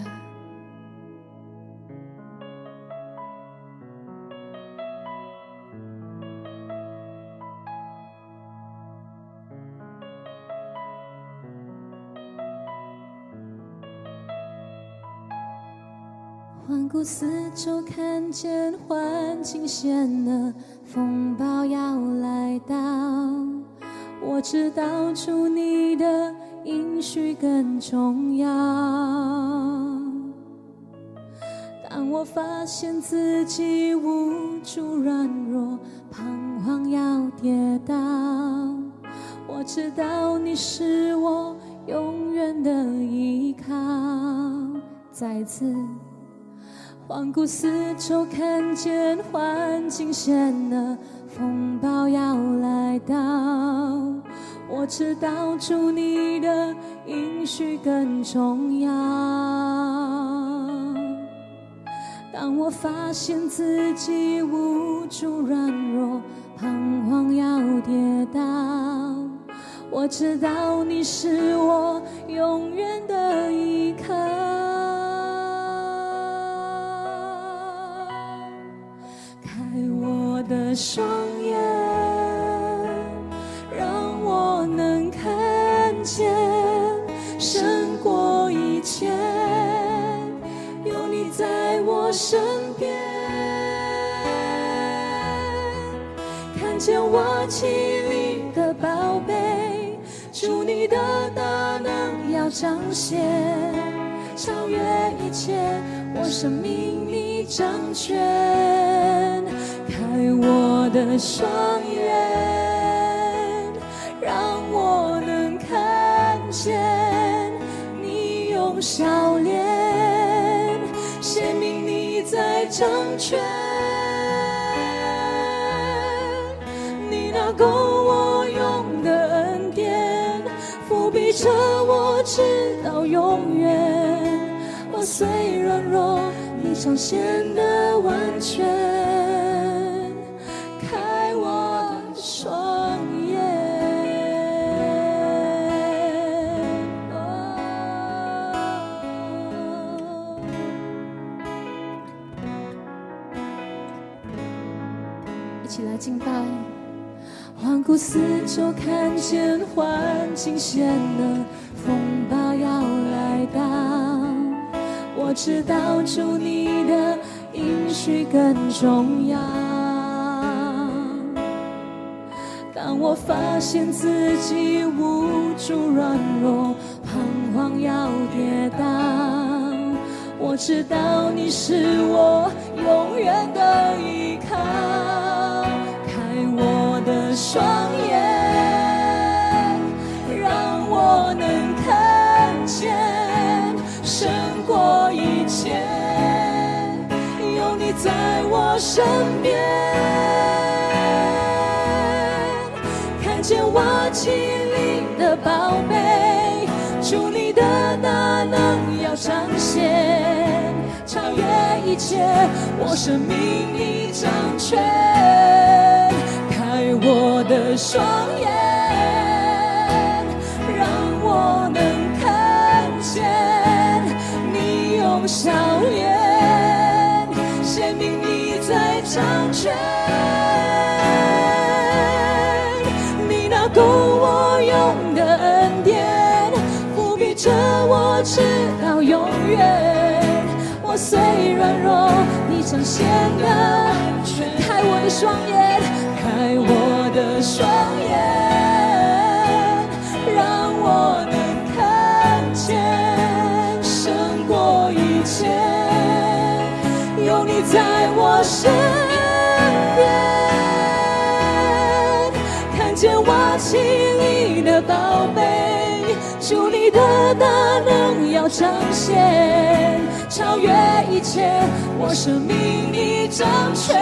S8: 环顾四周，看见环境险恶，风暴要来到。我知道主你的应许更重要。当我发现自己无助、软弱、彷徨要跌倒，我知道你是我永远的依靠。再一次，环顾四周，看见环境险恶，风暴要来到。我知道主你的应许更重要。当我发现自己无助、软弱、彷徨要跌倒，我知道你是我永远的依靠。开我的双眼，让我能看见胜过一切，有你在我身边，看见我经历的宝贝，祝你的大能要彰显，超越一切，我生命你掌权，开我的双眼，让我能看见你用笑脸显明你在掌权。你那够我用的恩典，伏笔着我直到永远。我虽软弱，你常显得完全。开我的双眼。哦一起来敬拜。环顾四周，看见环境险恶，风暴要来到。我知道主你的应许更重要。当我发现自己无助、软弱、彷徨要跌倒，我知道你是我永远的依靠。开我的双眼，让我能看见胜过一切，有你在我身边。看见我经历的宝贝，祝你的大能要彰显，超越一切，我生命你掌权，开我的双眼，让我能看见你用笑脸显明你在掌权。你那够我用的恩典，伏笔着我直到永远。我虽软弱，你彰显的开我的双眼，开我的双眼，让我能看见胜过一切，有你在我身边。看见我亲你的宝贝，祝你的大能要彰显，超越一切，我生命你掌权，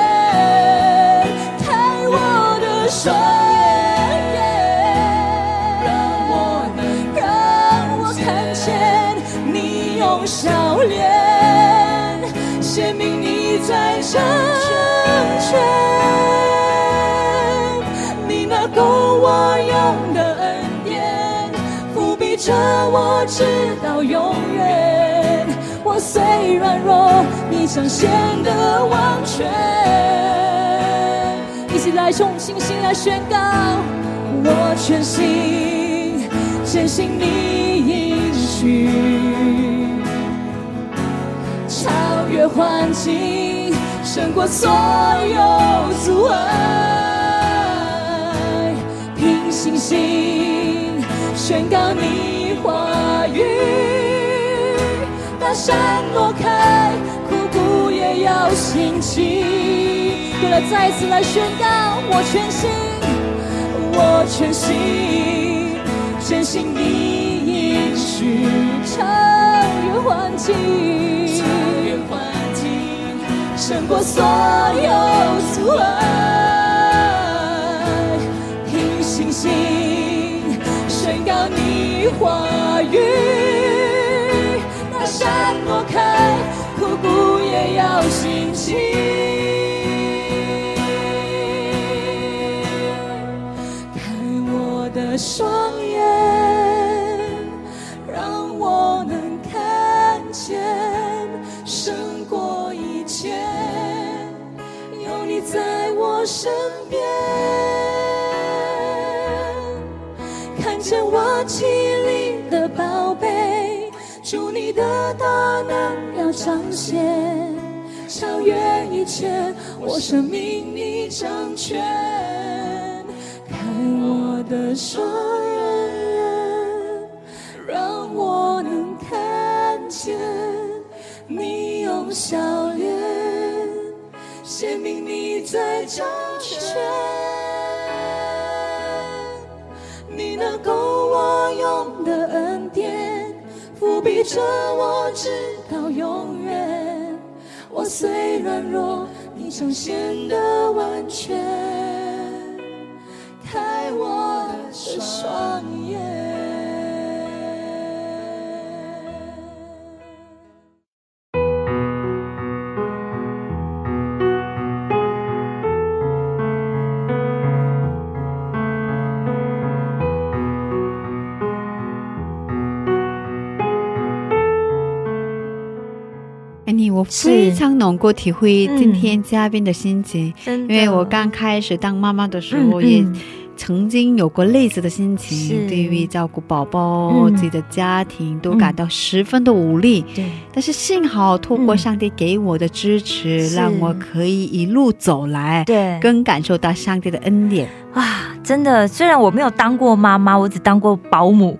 S8: 开我的双眼，让我能让我看见你用笑脸显明你在掌权，你那够我用的恩典，伏笔着我直到永远。我虽软弱，你彰显的完全。一起来用信心来宣告，我全心坚信你应许。超越环境，胜过所有阻碍。凭信心宣告你话语，大山挪开，枯骨也要兴起。对了，再一次来宣告，我全心，我全心，坚信你应许超越环境，超越环境，胜过所有阻碍，凭信心宣告你话语，那山挪开，枯骨也要兴起。看我的双眼，让我能看见胜过一切，有你在我身边，看见我心灵的宝贝，主你的大能要彰显，超越一切，我生命你掌权。看我的双眼，让我能看见你用笑脸显明你在掌权。你那够我用的恩典，伏笔着我直到永远。我虽软弱，你彰显的完全。开我的双眼。
S2: 安哎妮，我
S3: 是
S2: 非常能够体会
S3: 嗯
S2: 今天嘉宾的心情，
S3: 真的，
S2: 因为我刚开始当妈妈的时
S3: 嗯
S2: 候也
S3: 嗯
S2: 曾经有过类似的心情，
S3: 是
S2: 对于照顾宝宝、
S3: 嗯
S2: 自己的家庭都感到十分的无力。
S3: 对，
S2: 但是幸好透过
S3: 嗯
S2: 上帝给我的支持，
S3: 是
S2: 让我可以一路走来，
S3: 对
S2: 更感受到上帝的恩 典。
S3: 啊，真的，虽然我没有当过妈妈，我只当过保姆，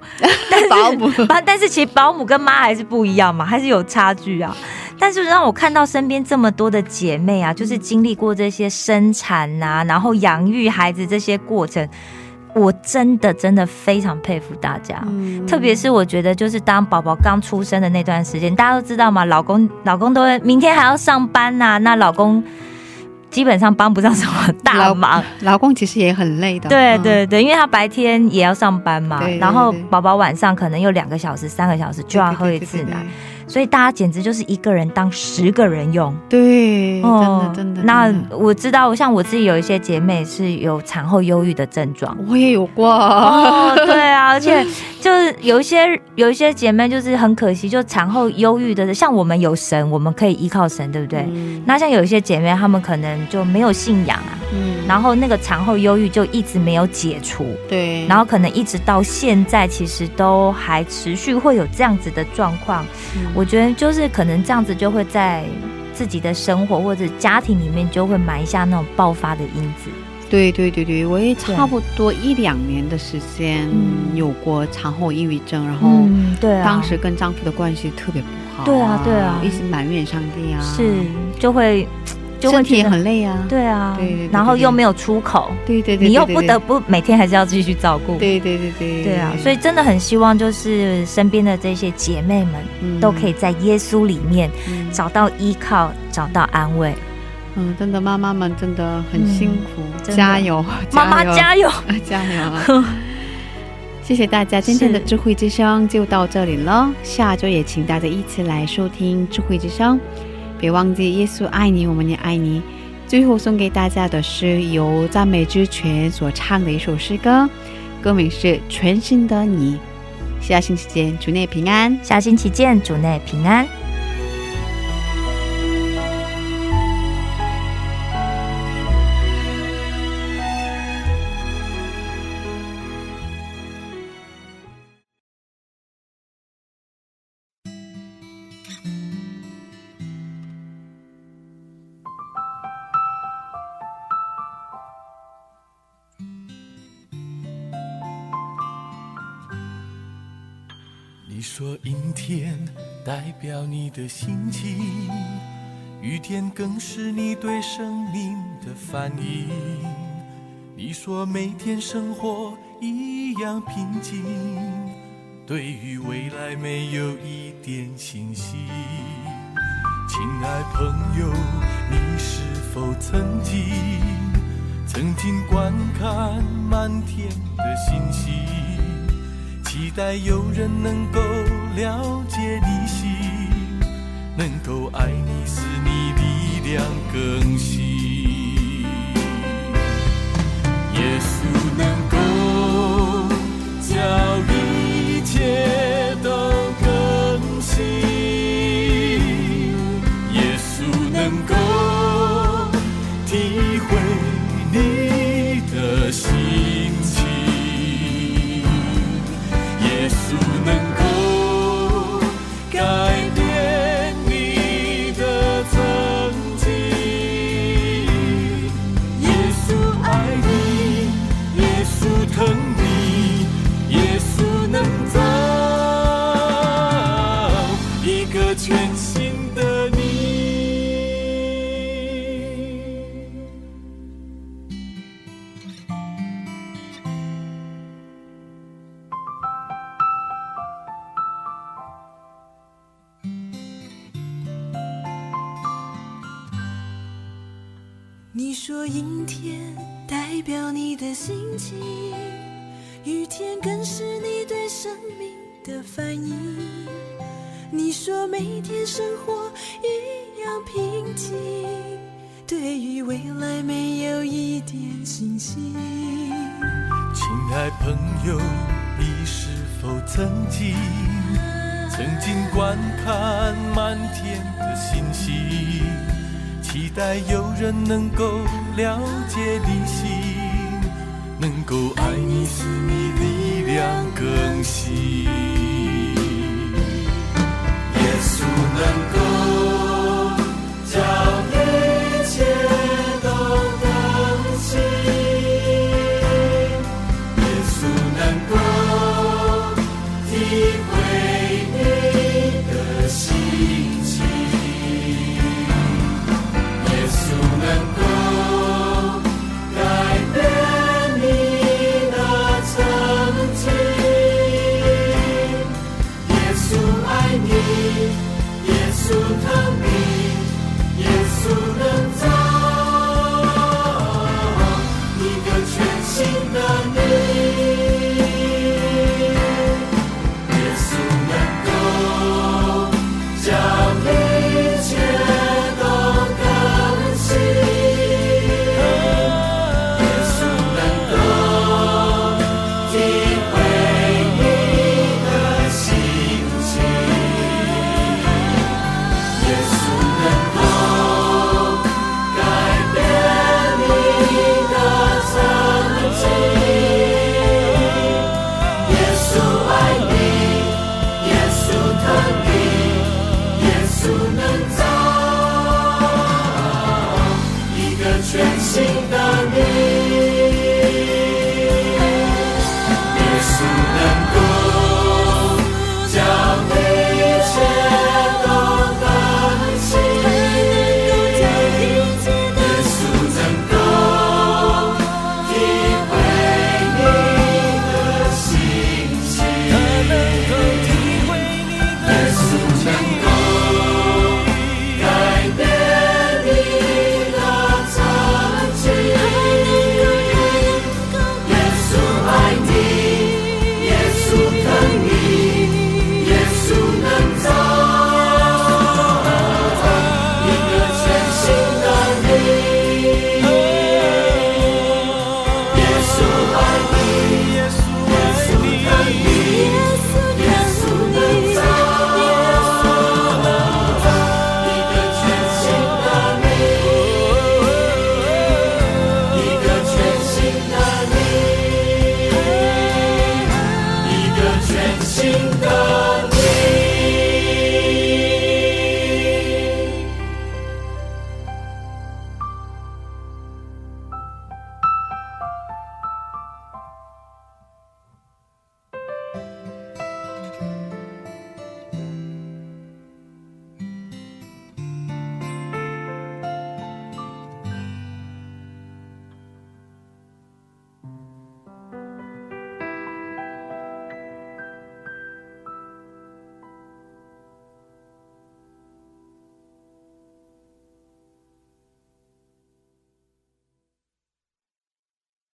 S3: 但是
S2: 保姆
S3: 但 但是其实保姆跟妈还是不一样嘛，还是有差距啊。但是让我看到身边这么多的姐妹啊，就是经历过这些生产呐、然后养育孩子这些过程，我真的真的非常佩服大家。
S2: 嗯
S3: 特别是我觉得，就是当宝宝刚出生的那段时间，大家都知道嘛，老公老公都会明天还要上班呐、那老公基本上帮不上什么大
S2: 老
S3: 忙，
S2: 老公其实也很累的，
S3: 对
S2: 嗯
S3: 对对，因为他白天也要上班嘛
S2: 对对，
S3: 然后
S2: 对
S3: 宝宝晚上可能有两个小时、三个小时就要喝一次
S2: 对对对对
S3: 奶，所以大家简直就是一个人当十个人用。
S2: 对，
S3: 哦
S2: 真的真的。
S3: 那
S2: 真的
S3: 我知道，像我自己有一些姐妹是有产后忧郁的 症状。
S2: 我也有过，
S3: 哦，对啊，而且就是有一些有一些姐妹就是很可惜，就产后忧郁的，像我们有神，我们可以依靠神，对不对？
S2: 嗯
S3: 那像有一些姐妹，她们可能就没有信仰啊，
S2: 嗯
S3: 然后那个产后忧郁就一直没有解除，
S2: 对，
S3: 然后可能一直到现在，其实都还持续会有这样子的状况。
S2: 嗯
S3: 我觉得就是可能这样子就会在自己的生活或者家庭里面就会埋下那种爆发的因子。
S2: 对对对对，我也差
S3: 对
S2: 不多一两年的时间
S3: 嗯
S2: 有过产后抑郁症，然后
S3: 嗯，对啊，
S2: 当时跟丈夫的关系特别不好、
S3: 对啊对啊
S2: 一直埋怨上帝啊，
S3: 是就会就会
S2: 身体
S3: 觉
S2: 也
S3: 得
S2: 很累啊，
S3: 对啊，
S2: 对对对对
S3: 然后
S2: 对
S3: 又没有出口，
S2: 对对对，
S3: 你又
S2: 对
S3: 不得，不每天还是要继续照顾。
S2: 对对对对对
S3: 对啊，所以真的很希望就是身边的这些姐妹们
S2: 嗯
S3: 都可以在耶稣里面
S2: 嗯
S3: 找到依靠，找到安慰。
S2: 嗯，真的妈妈们真的很
S3: 嗯
S2: 辛苦，
S3: 真的
S2: 加油，
S3: 妈妈
S2: 油
S3: 加油！
S2: 加油啊！谢谢大家，今天的
S3: 是
S2: 智慧之声就到这里了。下周也请大家一起来收听智慧之声，别忘记耶稣爱你，我们也爱你。最后送给大家的是由赞美之泉所唱的一首诗歌，歌名是《全新的你》。下星期见，主内平安。
S3: 下星期见，主内平安。
S4: 你说阴天代表你的心情，雨天更是你对生命的反应。你你说每天生活一样平静，对于未来没有一点信心。亲爱朋友，你是否曾经曾经观看满天的星星，期待有人能够了解你心，能够爱你使你力量更新。耶稣能够叫一切都更新，耶稣能够体会你的心情，耶稣能够改变你的曾经。耶稣爱你，耶稣疼你，耶稣能造一个全新的你。
S9: 你说阴天代表你的心情，雨天更是你对生命的反应。你说每天生活一样平静，对于未来没有一点信心。
S4: 亲爱朋友，你是否曾经曾经观看满天的星星，期待有人能够了解你心，能够爱你使你力量更新。耶稣能够叫一切都更新。耶稣能够体会你的心情，耶稣能够改变你的曾经，耶稣爱你，耶稣疼你，耶稣能造一个全新的你。耶稣能够将一切都更新，耶稣能够体会你的心情，耶稣能够改变你的曾经。耶稣爱你，耶稣疼你，耶稣能造一个全新的